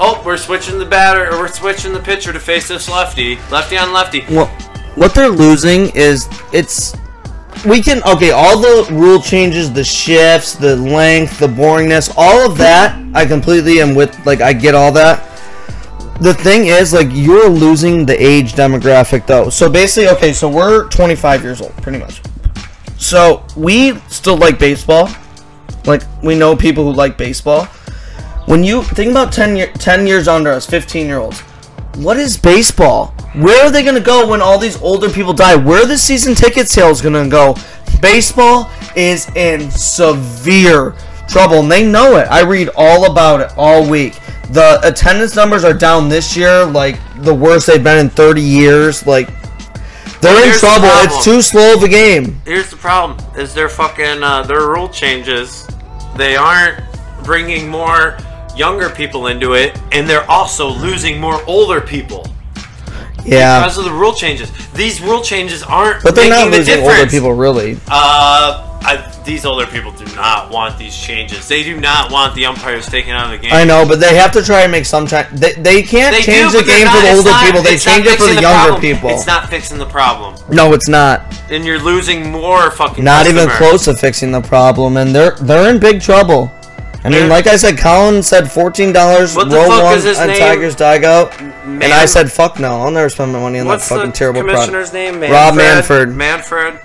Oh, we're switching the batter, or we're switching the pitcher to face this lefty, lefty on lefty. Well, what they're losing is it's. We can okay. All the rule changes, the shifts, the length, the boringness, all of that. I completely am with. Like I get all that. The thing is, like you're losing the age demographic though. So basically, okay. So we're 25 years old, pretty much. So we still like baseball. Like we know people who like baseball. When you think about 10 year, 10 years under us, 15 year olds. What is baseball? Where are they going to go when all these older people die? Where are the season ticket sales going to go? Baseball is in severe trouble, and they know it. I read all about it all week. The attendance numbers are down this year, like the worst they've been in 30 years. Like, they're in Here's the trouble. problem. It's too slow of a game. Here's the problem: is their fucking uh, their rule changes. They aren't bringing more younger people into it, and they're also losing more older people. Yeah. because of the rule changes. These rule changes aren't Uh, But they're making not the losing difference. older people, really. Uh, I, these older people do not want these changes. They do not want the umpires taken out of the game. I know, but they have to try and make some time. They, they can't They change do, the but they're game for not- the it's older not- people. They it's not change it for fixing the younger problem. people. It's not fixing the problem, no, it's not. and you're losing more fucking. Not even customers. close to fixing the problem, and they're they're in big trouble. I mean, They're- like I said, Colin said fourteen dollars row What the fuck one is his on name? Tigers dugout, Man- and I said fuck no, I'll never spend my money on What's that fucking the terrible commissioner's product. name? Rob Manfred. Manfred.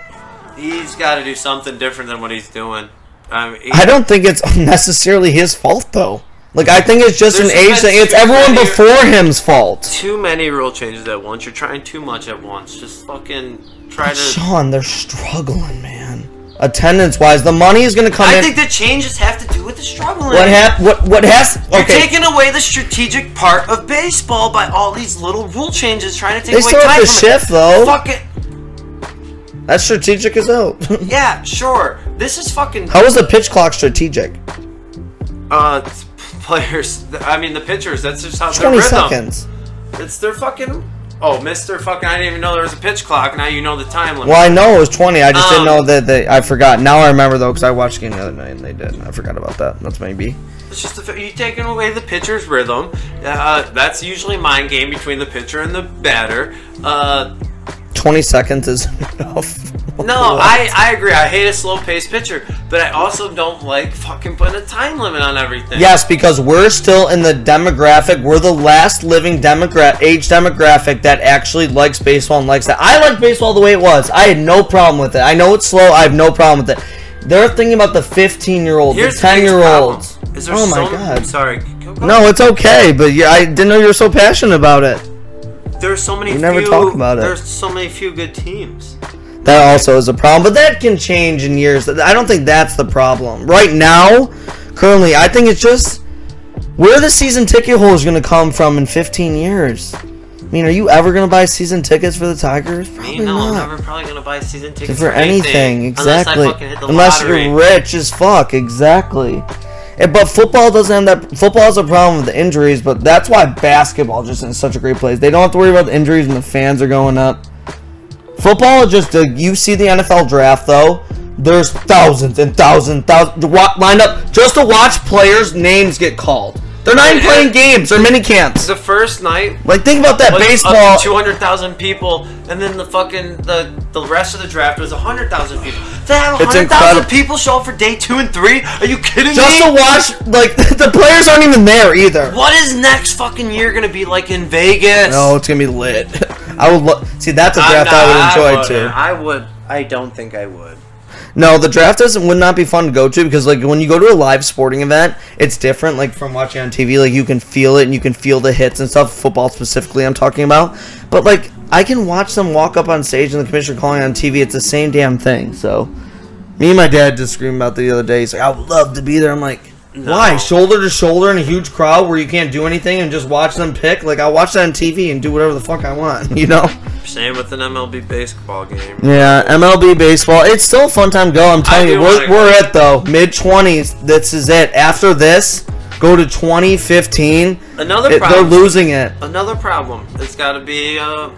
He's got to do something different than what he's doing. I, mean, he- I don't think it's necessarily his fault though. Like I think it's just There's an age not- thing. It's there's everyone not- before him's fault. too many rule changes at once. You're trying too much at once. Just fucking try to. Sean, they're struggling, man. Attendance wise, the money is gonna come I in. think the changes have to do with the struggling. what hap- What what has? You're Okay, taking away the strategic part of baseball by all these little rule changes, trying to take They away still have time to from shift, it. though. Fuck it. that's strategic as hell. Yeah, sure. This is fucking. How is the pitch clock strategic? Uh, it's players. I mean, the pitchers. That's just how their Twenty rhythm. seconds. It's their fucking. Oh, Mister fucking! I didn't even know there was a pitch clock. Now you know the time limit. Well, I know it was 20. I just didn't Um, know that they. I forgot. Now I remember though, because I watched the game the other night and they did. and I forgot about that. That's maybe. It's just the, fa- you're taking away the pitcher's rhythm. Uh, that's usually mind game between the pitcher and the batter. Uh, 20 seconds is enough. No, I, I agree. I hate a slow paced pitcher, but I also don't like fucking putting a time limit on everything. Yes, because we're still in the demographic. We're the last living demogra- age demographic that actually likes baseball and likes that. I like baseball the way it was. I had no problem with it. I know it's slow. I have no problem with it. They're thinking about the 15 year old, the Here's 10 biggest year problem. olds. Is there Oh my so- god. I'm sorry. Go- go- No, it's okay, but yeah, I didn't know you were so passionate about it. there's so many. we never few, talk about it. There's so many few good teams. That also is a problem, but that can change in years. I don't think that's the problem. Right now, currently, I think it's just where the season ticket hole is going to come from in 15 years. I mean, are you ever going to buy season tickets for the Tigers? Probably You know, I'm not. never probably gonna buy season For, tickets anything, exactly. Unless I fucking hit the Unless lottery. you're rich as fuck, exactly. And- But football doesn't have that. Football has a problem with the injuries, but that's why basketball just in such a great place. They don't have to worry about the injuries, and the fans are going up. Football is just a, you see the NFL draft though. There's thousands and thousands, thousands lined up just to watch players' names get called. They're not even playing games. They're mini camps. the first night. Like think about that baseball. Two hundred thousand people, and then the fucking the the rest of the draft was hundred thousand people. To have It's hundred thousand incredible. people show up for day two and three? Are you kidding Just me? to watch, like the players aren't even there either. What is next fucking year gonna be like in Vegas? No, it's gonna be lit. I would lo- see. That's a I'm draft not- I would enjoy wouldn't. too. Ah, I would. I don't think I would. No, the draft doesn't would not be fun to go to because like when you go to a live sporting event, it's different. Like from watching on TV, like you can feel it and you can feel the hits and stuff. Football specifically, I'm talking about. But like I can watch them walk up on stage and the commissioner calling on TV. It's the same damn thing. So me and my dad just screamed about the other day. He's like, I would love to be there. I'm like. Why shoulder to shoulder in a huge crowd where you can't do anything and just watch them pick? Like I watch that on TV and do whatever the fuck I want, you know? Same with an MLB baseball game. Yeah, MLB baseball. It's still a fun time to go. I'm telling I you, do we're, wanna go. we're at though mid 20s. This is it. After this, go to 2015. Another It- they're problem. losing it. Another problem. It's got to be a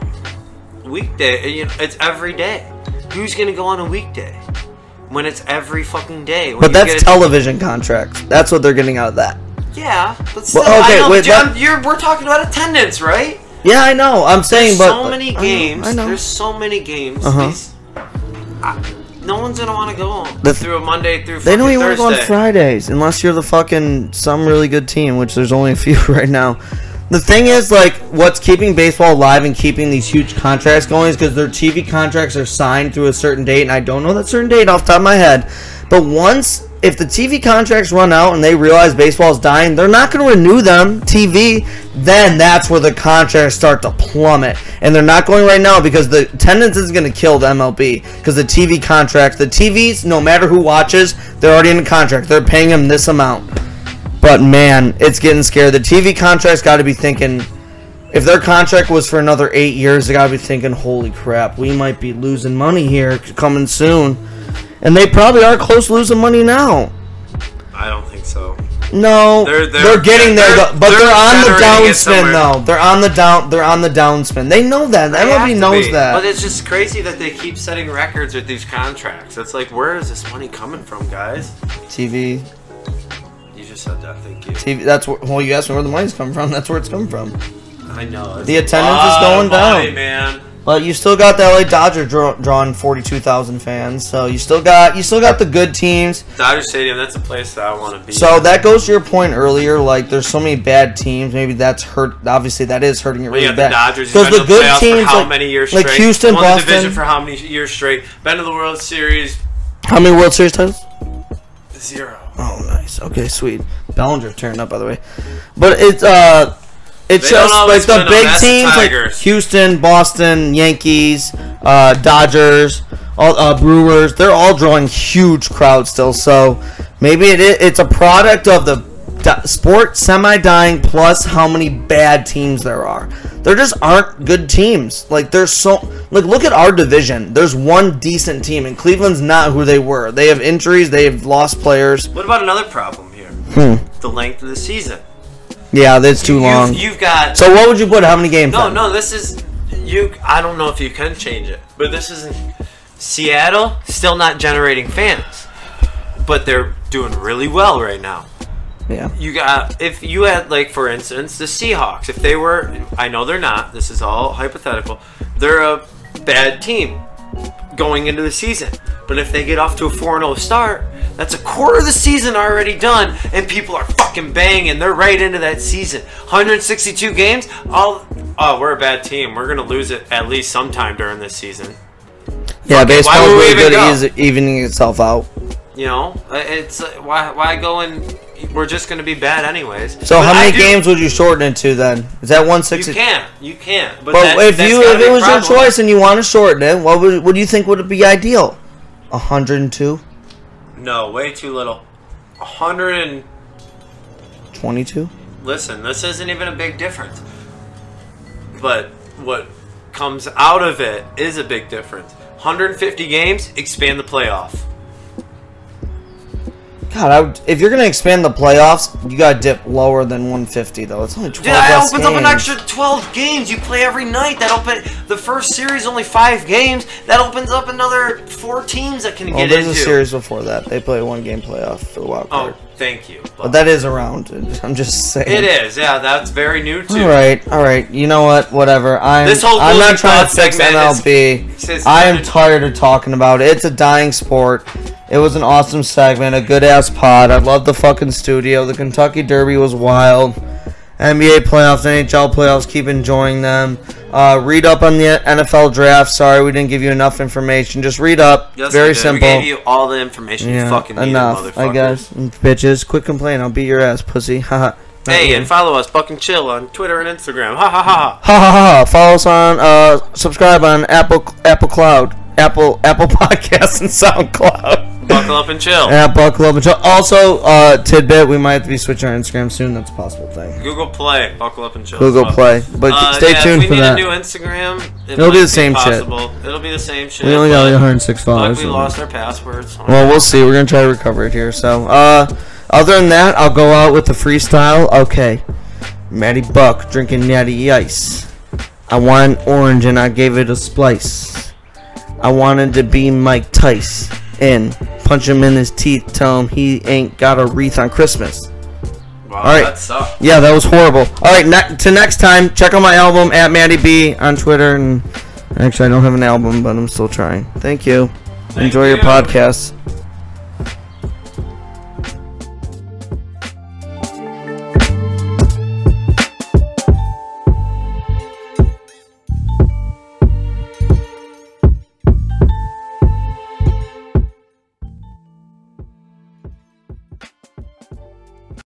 weekday. You know, it's every day. Who's gonna go on a weekday when it's every fucking day? When But you that's get a- television contracts. That's what they're getting out of that. Yeah, but still, Well, okay, I know, wait, John, that- you're, we're talking about attendance, right? Yeah, I know. I'm saying, There's but so many I know, games. I know. There's so many games. Uh-huh. These, I, no one's gonna want to go on The- through a Monday through. They don't fucking even want to go on Thursday. Fridays unless you're the fucking some really good team, which there's only a few right now. The thing is, like, what's keeping baseball alive and keeping these huge contracts going is because their TV contracts are signed through a certain date, and I don't know that certain date off the top of my head. But once, if the TV contracts run out and they realize baseball's dying, they're not going to renew them, TV, then that's where the contracts start to plummet. And they're not going right now because the attendance is going to kill the MLB because the TV contracts, the TVs, no matter who watches, they're already in a contract. They're paying them this amount. But man, it's getting scary. The TV contracts got to be thinking if their contract was for another eight years, they got to be thinking, holy crap, we might be losing money here coming soon. And they probably are close to losing money now. I don't think So No, They're- they're, they're- getting there, they're- though, but they're, they're on the bettering it downspin somewhere. though. They're on the down. They're on the downspin. They know that. They have MLB to knows be. But that. it's just crazy that they keep setting records with these contracts. It's like, where is this money coming from, guys? TV, You just said that. Thank you. TV. That's where, well, you asked me where the money's coming from. That's where it's coming from. I know it's The a attendance is lot going of money, down. man. But you still got the LA Dodger draw, drawing forty-two thousand fans. So you still got you still got the good teams. Dodger Stadium. That's a place that I want to be. So that goes to your point earlier. Like there's so many bad teams. Maybe that's hurt. Obviously that is hurting it But really yeah, the bad. Dodgers. Because the good teams, for how like, many years like straight? Houston, won the division Boston. for how many years straight? Been to the World Series how many World Series titles? zero. Oh, nice. Okay, sweet. Bellinger turned up, by the way. But it's uh, it's They don't just like always the win 'em. big That's the teams, like Tigers. Houston, Boston, Yankees, uh, Dodgers, all, uh, Brewers. They're all drawing huge crowds still. So maybe it i- it's a product of the di- sport semi-dying plus how many bad teams there are. There just aren't good teams. Like there's so like look at our division. There's one decent team, and Cleveland's not who they were. They have injuries. They have lost players. What about another problem here? The length of the season. Yeah, that's too Hmm. long. You've, you've got so what would you put? How many games? No, then? no, this is you. I don't know if you can change it, but this isn't Seattle. Still not generating fans, but they're doing really well right now. Yeah. You got if you had like for instance the Seahawks. If they were, I know they're not. This is all hypothetical. They're a bad team going into the season. But if they get off to a 4 0 start, that's a quarter of the season already done, and people are fucking banging. They're right into that season. 162 games? All, oh, we're a bad team. We're going to lose it at least sometime during this season. Yeah, baseball's would we really even good go? at eas- evening itself out. You know, Uh, it's uh, why, why go and we're just going to be bad anyways. So But how I many do- games would you shorten it to then? Is that one You sixty? can't. You can't. But, But that- if that's you gotta if be it a was your problem. choice and you want to shorten it, what would what do you think would be ideal? hundred and two? No, way too little. 100 and. Twenty-two? listen, this isn't even a big difference. But what comes out of it is a big difference. 150 games, expand the playoff. God, I would, if you're gonna expand the playoffs, you gotta dip lower than one fifty though. It's only twelve. Dude, that less opens up an games. extra 12 games. You play every night. That open the first series only five games. That opens up another four teams that can Oh, get there's into. a series before that. They play a one-game playoff for the wild Oh, card. thank you. But that is around. I'm just saying. Oh. it is. Yeah, that's very new too. All right, all right. You know what? Whatever. I'm. This whole I'm losing not trying to thought fix segment is- MLB. is- I am tired of talking about it. It's a dying sport. It was an awesome segment, a good ass pod. I love the fucking studio. The Kentucky Derby was wild. NBA playoffs, NHL playoffs. Keep enjoying them. Uh, read up on the NFL draft. Sorry, we dn't give you enough information. Just read up. Yes, we Very did. We simple. gave you all the information you fucking needed, enough. I motherfuckers. guess. Bitches, quit complaining. I'll beat your ass, pussy. Haha. Not Hey, you. and follow us, Buck and Chill, on Twitter and Instagram. Ha ha ha ha. Ha ha ha! ha. Follow us on, uh, subscribe on Apple Apple Cloud, Apple Apple Podcasts, and SoundCloud. Buckle up and chill. At Buckle Up and Chill. Also, uh, tidbit: we might be switching our Instagram soon. That's a possible thing. Google Play. Buckle up and chill. Google Fuck. Play, but Uh, stay yeah, tuned if for we need that. a new Instagram. It It'll might be the same shit. possible. shit. It'll be the same shit. we only got like but 106 fuck, followers. we so- lost our passwords. Well, we'll see. We're gonna try to recover it here. So, uh, other than that, I'll go out with the freestyle. Okay, Matty Buck drinking natty ice. I want an orange and I gave it a splice. I wanted to be Mike Tice and punch him in his teeth, tell him he ain't got a wreath on Christmas. Wow, right. that sucked. Yeah, that was horrible. All right, ne- to next time, check out my album at Maddie B on Twitter. And actually, I don't have an album, but I'm still trying. Thank you. Enjoy your you. podcast.